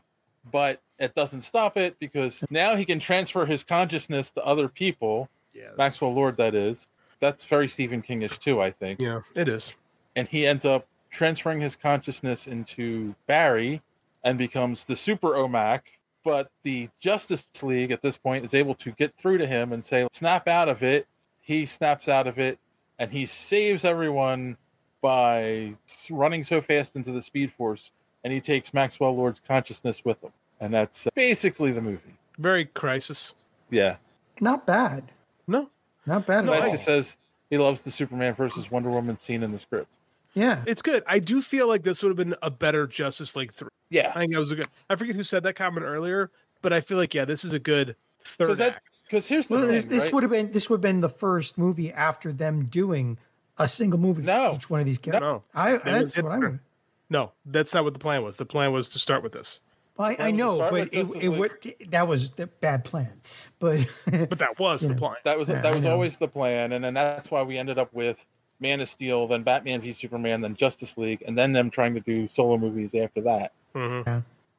But it doesn't stop it because now he can transfer his consciousness to other people. Yeah. Maxwell Lord, that is. That's very Stephen Kingish too, I think. Yeah, it is. And he ends up transferring his consciousness into Barry and becomes the super OMAC. But the Justice League at this point is able to get through to him and say, snap out of it. He snaps out of it and he saves everyone by s- running so fast into the Speed Force and he takes Maxwell Lord's consciousness with him. And that's uh, basically the movie. Very crisis. Yeah. Not bad. No. Not bad at Unless all. he says he loves the Superman versus Wonder Woman scene in the script. Yeah, it's good. I do feel like this would have been a better Justice League three. Yeah, I think that was a good. I forget who said that comment earlier, but I feel like yeah, this is a good Because third that, act. because here's the Well, this, thing, this right? would have been this would have been the first movie after them doing a single movie for each one of these characters. No, I They that's would- what I would. No, that's not what the plan was. The plan was to start with this. I, I Well, know, start but with it, Justice it League. would that was the bad plan. But but that was the plan. That was Yeah, that I was know. always the plan, and then that's why we ended up with Man of Steel, then Batman v Superman, then Justice League, and then them trying to do solo movies after that.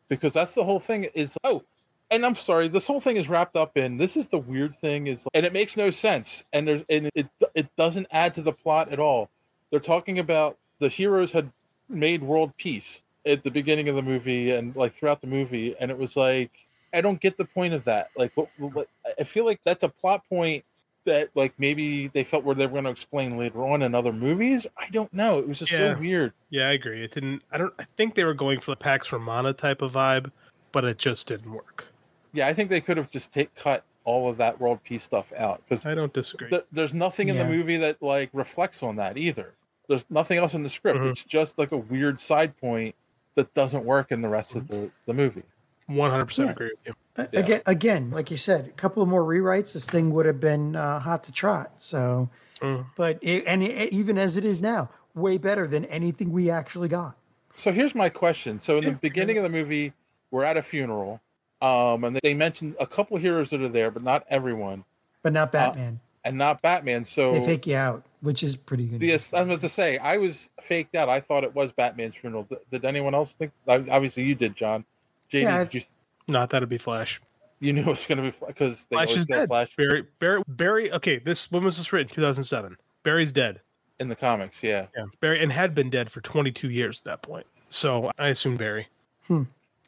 Because that's the whole thing is oh, and I'm sorry, this whole thing is wrapped up in this is the weird thing is, and it makes no sense, and there's and it it doesn't add to the plot at all. They're talking about the heroes had made world peace at the beginning of the movie and like throughout the movie, and it was like I don't get the point of that. Like, what, what, I feel like that's a plot point that like maybe they felt where they were going to explain later on in other movies. I don't know. It was just Yeah. so weird. Yeah, I agree. It didn't. I don't. I think they were going for the Pax Romana type of vibe, but it just didn't work. Yeah, I think they could have just take cut all of that world peace stuff out because I don't disagree. th- there's nothing in Yeah. the movie that like reflects on that either. There's nothing else in the script. Mm-hmm. It's just like a weird side point that doesn't work in the rest of Mm-hmm. the, the movie. One hundred percent Yeah. agree with you. uh, again, again, like you said, a couple of more rewrites, this thing would have been uh, hot to trot. So, Mm. but it, and it, even as it is now, way better than anything we actually got. So here's my question. So in the beginning of the movie, we're at a funeral, um, and they mentioned a couple heroes that are there, but not everyone, But Uh, not Batman. and not Batman. So oh. they fake you out, which is pretty good. the, I was to say, I was faked out. I thought it was Batman's funeral. Did, did anyone else think? I- Obviously, you did, John. JD, Yeah, did you, Not that'd be Flash. you knew it was going to be because they Flash always is go dead. Flash Barry, Barry, Barry. Okay, this when was this written? Two thousand seven. Barry's dead. in the comics. Yeah, Yeah, Barry and had been dead for twenty two years at that point. So I assume Barry.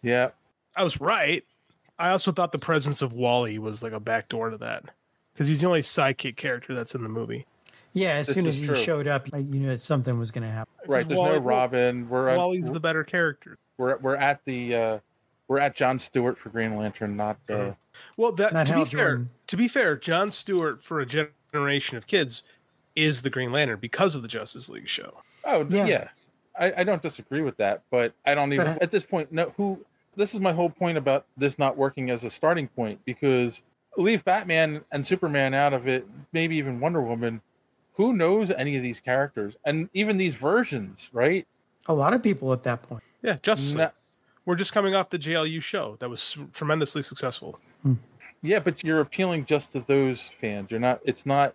yeah. I was right. I also thought the presence of Wally was like a backdoor to that because he's the only sidekick character that's in the movie. Yeah, as This soon is as he true. showed up, like, you knew that something was going to happen. Right. There's no Robin. We're at- Wally's the better character. We're we're at the uh, we're at John Stewart for Green Lantern, not uh, Well, that Not to Hal be fair, Jordan. to be fair, John Stewart for a generation of kids is the Green Lantern because of the Justice League show. Oh d- Yeah. yeah, I, I don't disagree with that, but I don't even But- at this point know who. This is my whole point about this not working as a starting point because leave Batman and Superman out of it, maybe even Wonder Woman. Who knows any of these characters and even these versions, right? A lot of people at that point. Yeah, Justice No- League. We're just coming off the JLU show that was su- tremendously successful. Yeah, but you're appealing just to those fans. You're not. It's not.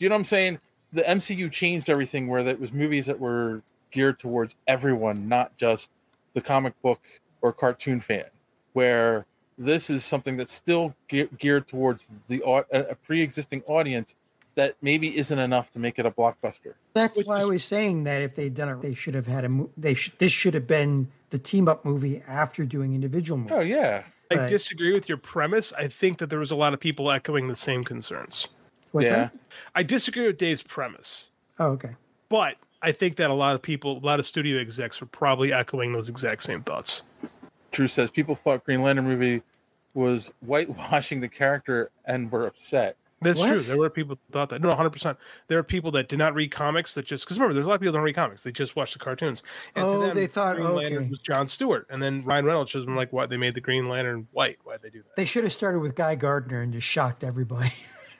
Do you know what I'm saying? The MCU changed everything where that was movies that were geared towards everyone, not just the comic book or cartoon fan. Where this is something that's still ge- geared towards the au- a a pre-existing audience that maybe isn't enough to make it a blockbuster. That's why I was saying that if they'd done it, they should have had a. Mo- they sh- this should have been the team up movie after doing individual movies. Oh, yeah. I Right. disagree with your premise. I think that there was a lot of people echoing the same concerns. What's Yeah. that? I disagree with Dave's premise, Oh, okay. but I think that a lot of people, a lot of studio execs were probably echoing those exact same thoughts. Drew says people thought Green Lantern movie was whitewashing the character and were upset. That's true. There were people that thought that. No, 100%. There are people that did not read comics that just, because remember, there's a lot of people that don't read comics. They just watch the cartoons. And Oh, they thought, Green Lantern okay. was John Stewart. And then Ryan Reynolds just been like, why they made the Green Lantern white. Why'd they do that? They should have started with Guy Gardner and just shocked everybody.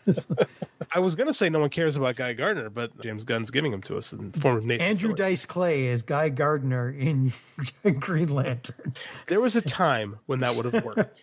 I was going to say no one cares about Guy Gardner, but James Gunn's giving him to us in the form of Nathan. Andrew Dice Clay as Guy Gardner in Green Lantern. There was a time when that would have worked.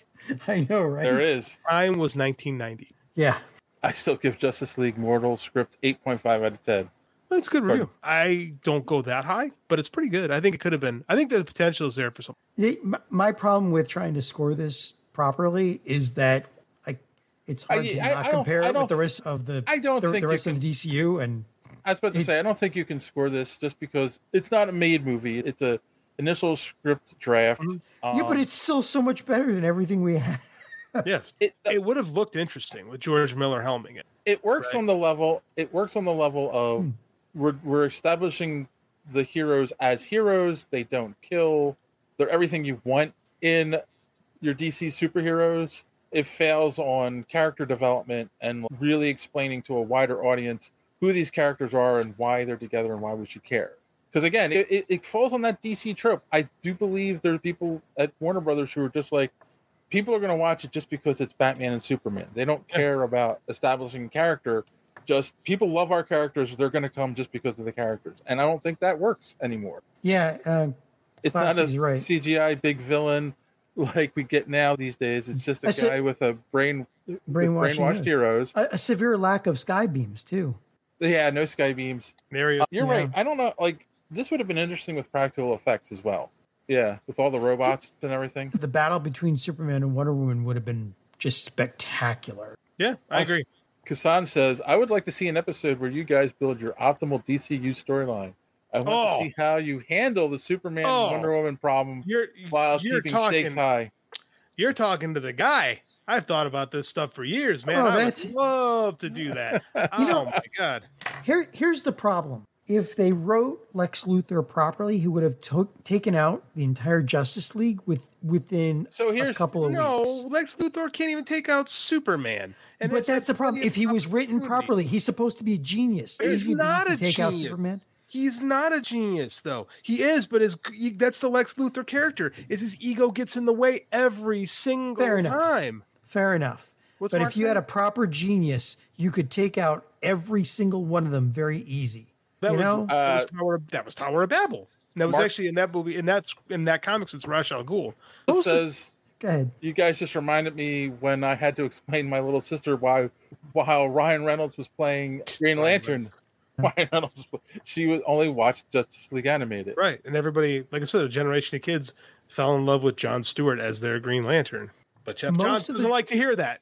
I know, right? There is. Time was 1990. Yeah. I still give Justice League Mortal script 8.5 out of 10. That's a good Pardon. review. I don't go that high, but it's pretty good. I think it could have been. I think the potential is there for something. The- my- my problem with trying to score this properly is that like it's hard I- to I- not I don't- compare I it with don't- the rest of the I don't the, think the you rest of the DCU and I was about to say, I don't think you can score this just because it's not a made movie. It's a initial script draft. yeah, but Um, it's still so much better than everything we have. yes, it, would have looked interesting with George Miller helming it. it works on the level it works on the level of we're, we're establishing the heroes as heroes they don't kill they're everything you want in your dc superheroes it fails on character development and really explaining to a wider audience who these characters are and why they're together and why we should care because again it, it, it falls on that dc trope i do believe there are people at warner brothers who are just like people are going to watch it just because it's Batman and Superman. They don't care about establishing character. Just people love our characters. They're going to come just because of the characters, and I don't think that works anymore. Yeah, uh, It's not Clancy's a right. CGI big villain like we get now these days. It's just a I guy said- with a brain with Brainwashing brainwashed is. heroes. A, a severe lack of sky beams too. Yeah, no sky beams. Mario, you're Yeah. right. I don't know. Like this would have been interesting with practical effects as well. Yeah, with all the robots and everything. The battle between Superman and Wonder Woman would have been just spectacular. Yeah, Oh. I agree. Kassan says, I would like to see an episode where you guys build your optimal DCU storyline. I want Oh. to see how you handle the Superman and Oh. Wonder Woman problem You're while you're keeping talking. stakes high. You're talking to the guy. I've thought about this stuff for years, man. Oh, I that's- would love to do that. oh my god. Here, here's the problem. If they wrote Lex Luthor properly, he would have took, taken out the entire Justice League with within So here's a couple of no weeks. Lex Luthor can't even take out Superman. And but it's that's the problem. If he was written properly, he's supposed to be a genius. He's Easy not to a take out genius. Superman. He's not a genius, though. He is, but his he- that's the Lex Luthor character. Is his ego gets in the way every single Fair enough. time. Fair enough. What's but Mark if you had a saying? proper genius, you could take out every single one of them very easy. That you was, uh, know? that was Tower of, that was Tower of Babel. And that was Uh, Mark- actually in that movie. In that's in that comics, it's Ra's al Ghul. Oh. It says, Go ahead. You guys just reminded me when I had to explain my little sister why while Ryan Reynolds was playing Green Lantern. Ryan Reynolds, was pl- she was only watched Justice League animated. Right, and everybody, like I said, a generation of kids fell in love with John Stewart as their Green Lantern. But Jeff Most Johns of doesn't the- like to hear that.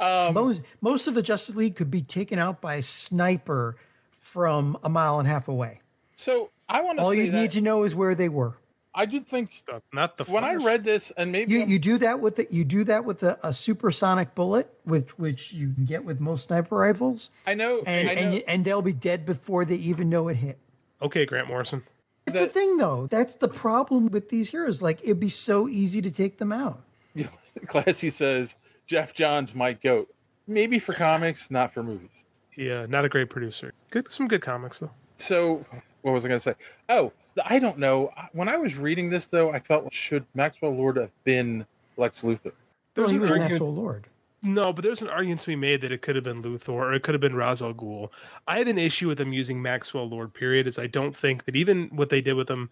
most, most of the Justice League could be taken out by a sniper from a mile and a half away. So I want to All say you that- need to know is where they were. I did think Uh, not the when I read this and maybe You I'm- you do that with the, you do that with a, a supersonic bullet, which which you can get with most sniper rifles, I know and I know and, you, and they'll be dead before they even know it hit. Okay, Grant Morrison. That's the thing, though. That's the problem with these heroes. Like it'd be so easy to take them out. Classy says Jeff Johns my goat. Maybe for comics, not for movies. Yeah, uh, not a great producer. Good, some good comics though. So what was I going to say? Oh, th- I don't know. When I was reading this though, I felt should Maxwell Lord have been Lex Luthor? Well, he an was argument- Maxwell Lord. No, but there's an argument to be made that it could have been Luthor or it could have been Ra's al Ghul. I have an issue with them using Maxwell Lord. Period. Is I don't think that even what they did with him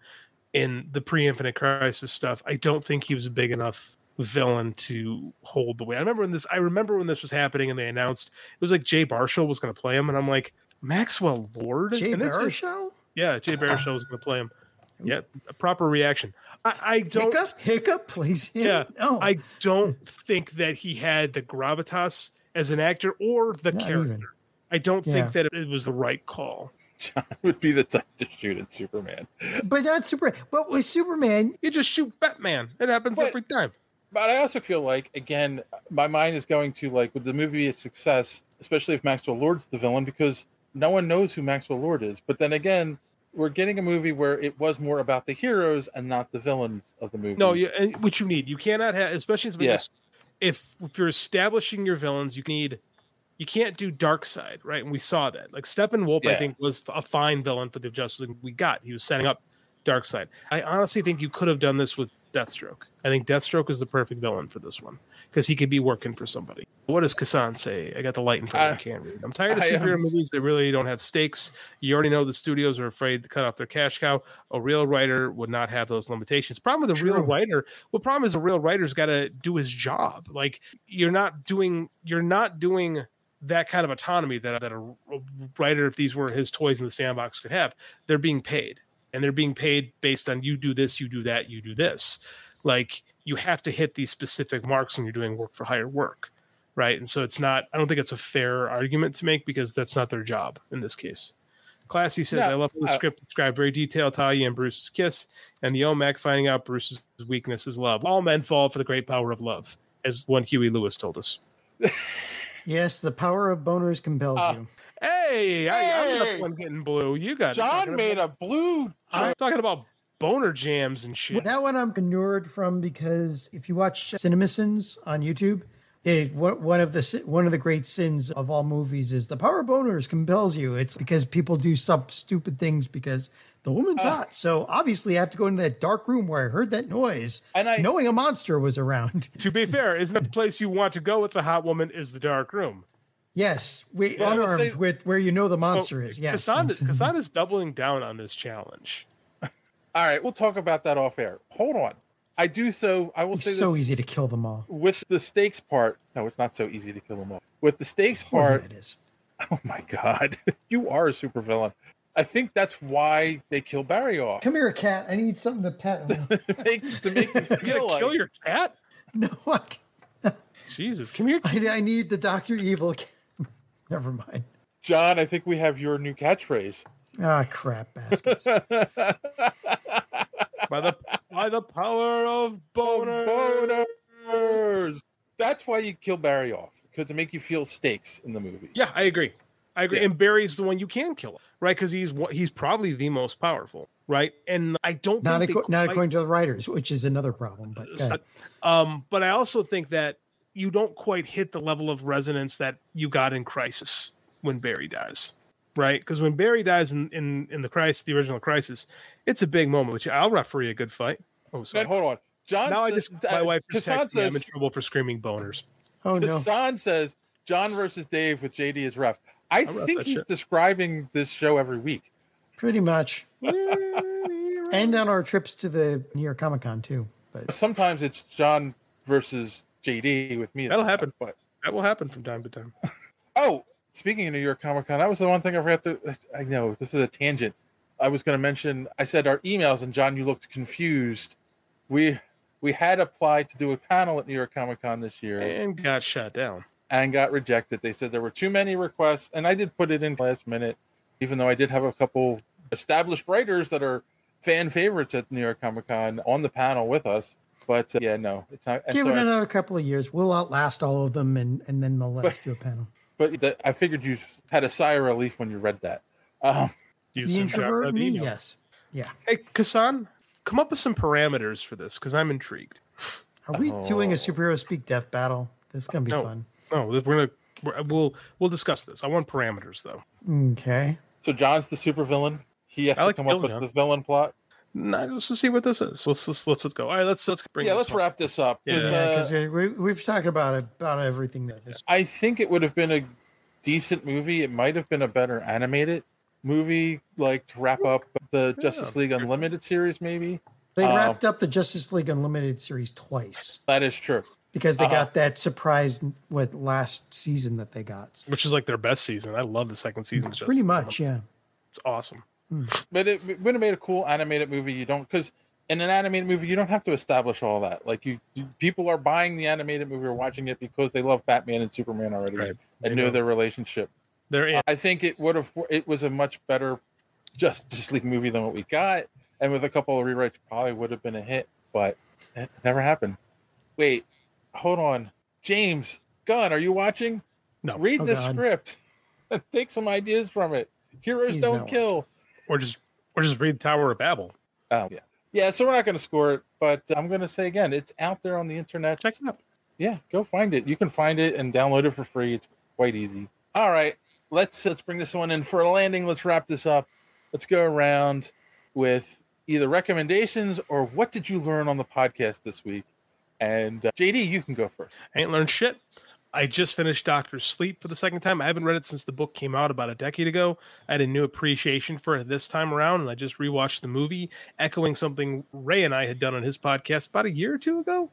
in the pre-Infinite Crisis stuff, I don't think he was a big enough villain to hold the weight. I remember when this. I remember when this was happening and they announced it was like Jay Baruchel was going to play him, and I'm like Maxwell Lord. Jay And this is- Baruchel? yeah, Jay Baruchel was going to play him. Yeah, a proper reaction. I, I don't. Hiccup, hiccup plays him. Yeah, I don't think that he had the gravitas as an actor or the Not character. even. I don't Yeah. think that it was the right call. John would be the type to shoot at Superman. But not super. But with Superman, you just shoot Batman. It happens every time. But I also feel like, again, my mind is going to like, would the movie be a success, especially if Maxwell Lord's the villain, because no one knows who Maxwell Lord is. But then again, we're getting a movie where it was more about the heroes and not the villains of the movie. No, you, and which you need. You cannot have, especially in something Yeah. that's- if if you're establishing your villains, you need. You can't do Dark Side, right? And we saw that. Like Steppenwolf, I Yeah. think, was a fine villain for the Justice League we got. He was setting up Dark Side. I honestly think you could have done this with Deathstroke. I think Deathstroke is the perfect villain for this one because he could be working for somebody. What does Kassan say? I got the light in front of me. I can't read. I'm tired of I, um, superhero movies that really don't have stakes. You already know the studios are afraid to cut off their cash cow. A real writer would not have those limitations. Problem with a real writer, well, problem is a real writer's got to do his job. Like you're not doing, you're not doing that kind of autonomy that that a r- writer, if these were his toys in the sandbox, could have. They're being paid, and they're being paid based on you do this, you do that, you do this. Like you have to hit these specific marks when you're doing work for hire work right? And so it's not. I don't think it's a fair argument to make because that's not their job in this case. Classy says, No, "I love the uh, script described very detailed Talia and Bruce's kiss, and the Omac finding out Bruce's weakness is love. All men fall for the great power of love, as one Huey Lewis told us." yes, the power of boners compels Uh, you. Hey, I, I'm Hey! the one getting blue. You got John talking made a blue. I'm talking about boner jams and shit. That one I'm inured from because if you watch CinemaSins on YouTube, it one one of the si- one of the great sins of all movies is the power of boners compels you. It's because people do some stupid things because the woman's Ah. hot. So obviously, I have to go into that dark room where I heard that noise, and I, knowing a monster was around. to be fair, isn't that the place you want to go with the hot woman? Is the dark room? Yes, we Well, I would unarmed say- with where you know the monster Oh, is. Yes, Kassan Kassan is doubling down on this challenge. All right, we'll talk about that off air. Hold on. I do so. I will it's say so this e- easy to kill them all. with the stakes part. No, it's not so easy to kill them all. With the stakes part, it is. Oh my god, you are a supervillain. I think that's why they kill Barry off. Come here, cat. I need something to pet. Makes- to make You gotta kill your cat? No, I, can't. Jesus, come here. I, I need the Doctor Evil. cat. Never mind. John, I think we have your new catchphrase. Ah, crap baskets. by the by the power of boners. That's why you kill Barry off because it make you feel stakes in the movie. Yeah, I agree. I agree. And Barry's the one you can kill, right? Because he's one- he's probably the most powerful, right? And I don't not think they acco- not quite- according to the writers, which is another problem. But go ahead. um, but I also think that you don't quite hit the level of resonance that you got in Crisis when Barry dies, right? Because when Barry dies in in in the Crisis, the original Crisis, it's a big moment. Which I'll referee a good fight. Oh, sorry. hold on. John now I says- just uh, my wife just Hassan texted me. I'm in says- trouble for screaming boners. Oh no. Hassan says John versus Dave with JD is rough. I, wrote think that he's shit. describing this show every week. Pretty much. and on our trips to the New York Comic Con too. Sometimes it's John versus JD with me. That'll happen. But That will happen from time to time. Oh, speaking of New York Comic Con, that was the one thing I forgot to. I know this is a tangent. I was going to mention. I said our emails, and John, you looked confused. We we had applied to do a panel at New York Comic Con this year and got shut down and got rejected. They said there were too many requests, and I did put it in last minute, even though I did have a couple established writers that are fan favorites at New York Comic Con on the panel with us. But uh, yeah, no, it's not. and Give so it I- another couple of years. We'll outlast all of them, and and then they'll let us do a panel. But the, I figured you had a sigh of relief when you read that. Um, You The assume Jack introvert read the me, email. yes. Yeah. Hey, Kasan, come up with some parameters for this because I'm intrigued. Are we doing a superhero speak deaf battle? This is gonna be Oh. no, fun. No, we're gonna we're, we'll we'll discuss this. I want parameters though. Okay. So John's the supervillain. He has I to like come the up with villain, the villain plot. Nah, let's just see what this is. Let's let's let's, let's go. All right, let's let's bring. yeah, this let's one. wrap this up. Yeah. Yeah, because we, we've talked about about everything that this. I think it would have been a decent movie. It might have been a better animated movie, like to wrap up the Justice League Unlimited series, maybe. They Um, wrapped up the Justice League Unlimited series twice That is true. because they Uh-huh. got that surprise what last season that they got. Which is like their best season. I love the second season. Just Pretty much, yeah. it's awesome. But it it would have made a cool animated movie. You don't because in an animated movie you don't have to establish all that. Like you, you people are buying the animated movie or watching it because they love Batman and Superman already They and know know. their relationship. They're in. I think it would have it was a much better Justice League movie than what we got, and with a couple of rewrites probably would have been a hit, but it never happened. Wait, hold on, James Gunn, are you watching? No, read Oh, the God. script. Take some ideas from it. Heroes He's don't not kill. Or just or just read Tower of Babel. Oh yeah, yeah. So we're not going to score it, but I'm going to say again, it's out there on the internet. Check it out. Yeah, go find it. You can find it and download it for free. It's quite easy. All right, let's let's bring this one in for a landing. Let's wrap this up. Let's go around with either recommendations or what did you learn on the podcast this week? And uh, JD, you can go first. I ain't learned shit. I just finished Doctor Sleep for the second time. I haven't read it since the book came out about a decade ago. I had a new appreciation for it this time around, and I just rewatched the movie, echoing something Ray and I had done on his podcast about a year or two ago.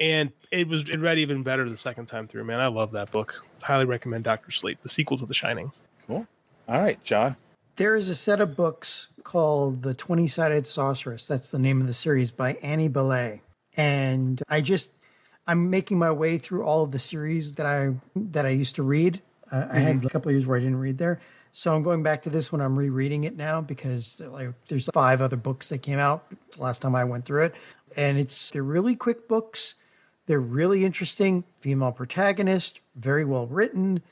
And it was it read even better the second time through. Man, I love that book. Highly recommend Doctor Sleep, the sequel to The Shining. Cool. All right, John. There is a set of books called The 20 Sided Sorceress. That's the name of the series by Annie Belay. And I just, I'm making my way through all of the series that I that I used to read. Uh, I had a couple of years where I didn't read there, so I'm going back to this one. I'm rereading it now because there- like there's five other books that came out It's the last time I went through it, and it's they're really quick books. They're really interesting. Female protagonist, very well written,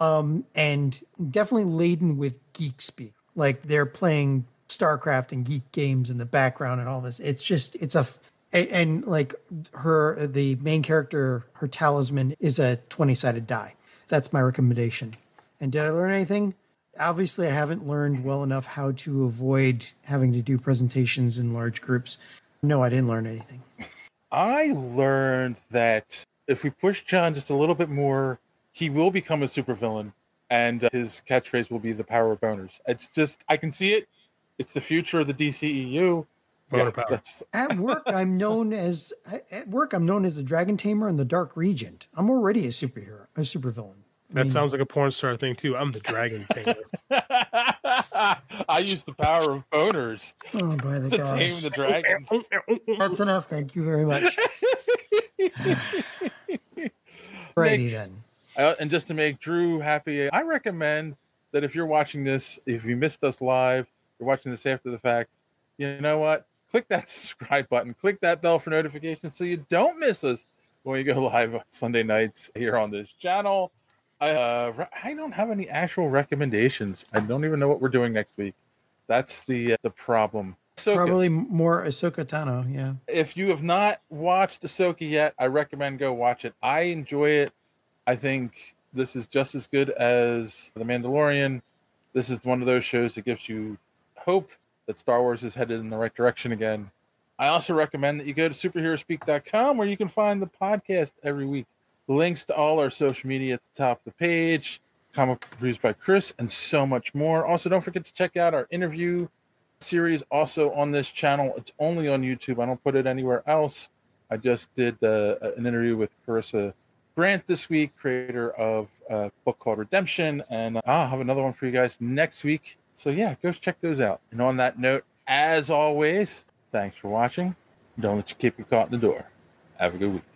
um, and definitely laden with geek speak. Like they're playing StarCraft and geek games in the background and all this. It's just it's a and, and like her the main character, her talisman is a twenty sided die. That's my recommendation. And did I learn anything? Obviously, I haven't learned well enough how to avoid having to do presentations in large groups. No, I didn't learn anything. I learned that if we push John just a little bit more, he will become a supervillain, and uh, his catchphrase will be the power of boners. It's just I can see it. It's the future of the DCEU. Boner power. that's- At work, I'm known as at work I'm known as the Dragon Tamer and the Dark Regent. I'm already a superhero, a supervillain. That sounds like a porn star thing too. I'm the dragon tamer. I use the power of boners Oh, by the to tame gosh. the dragons. That's enough. Thank you very much. Righty Nick. then. Uh, and just to make Drew happy, I recommend that if you're watching this, if you missed us live, you're watching this after the fact, you know what? Click that subscribe button, click that bell for notifications so you don't miss us when we go live on Sunday nights here on this channel. I, uh, re- I don't have any actual recommendations. I don't even know what we're doing next week. That's the uh, the problem. So Probably more Ahsoka Tano. Yeah. if you have not watched Ahsoka yet, I recommend go watch it. I enjoy it. I think this is just as good as The Mandalorian. This is one of those shows that gives you hope that Star Wars is headed in the right direction again. I also recommend that you go to superheroespeak.com where you can find the podcast every week. Links to all our social media at the top of the page, comic reviews by Chris, and so much more. Also, don't forget to check out our interview series also on this channel. It's only on YouTube. I don't put it anywhere else. I just did uh, an interview with Carissa Grant this week, creator of a book called Redemption, and uh, I'll have another one for you guys next week. So yeah, go check those out. And on that note, as always, thanks for watching. Don't let you keep your caught in the door. Have a good week.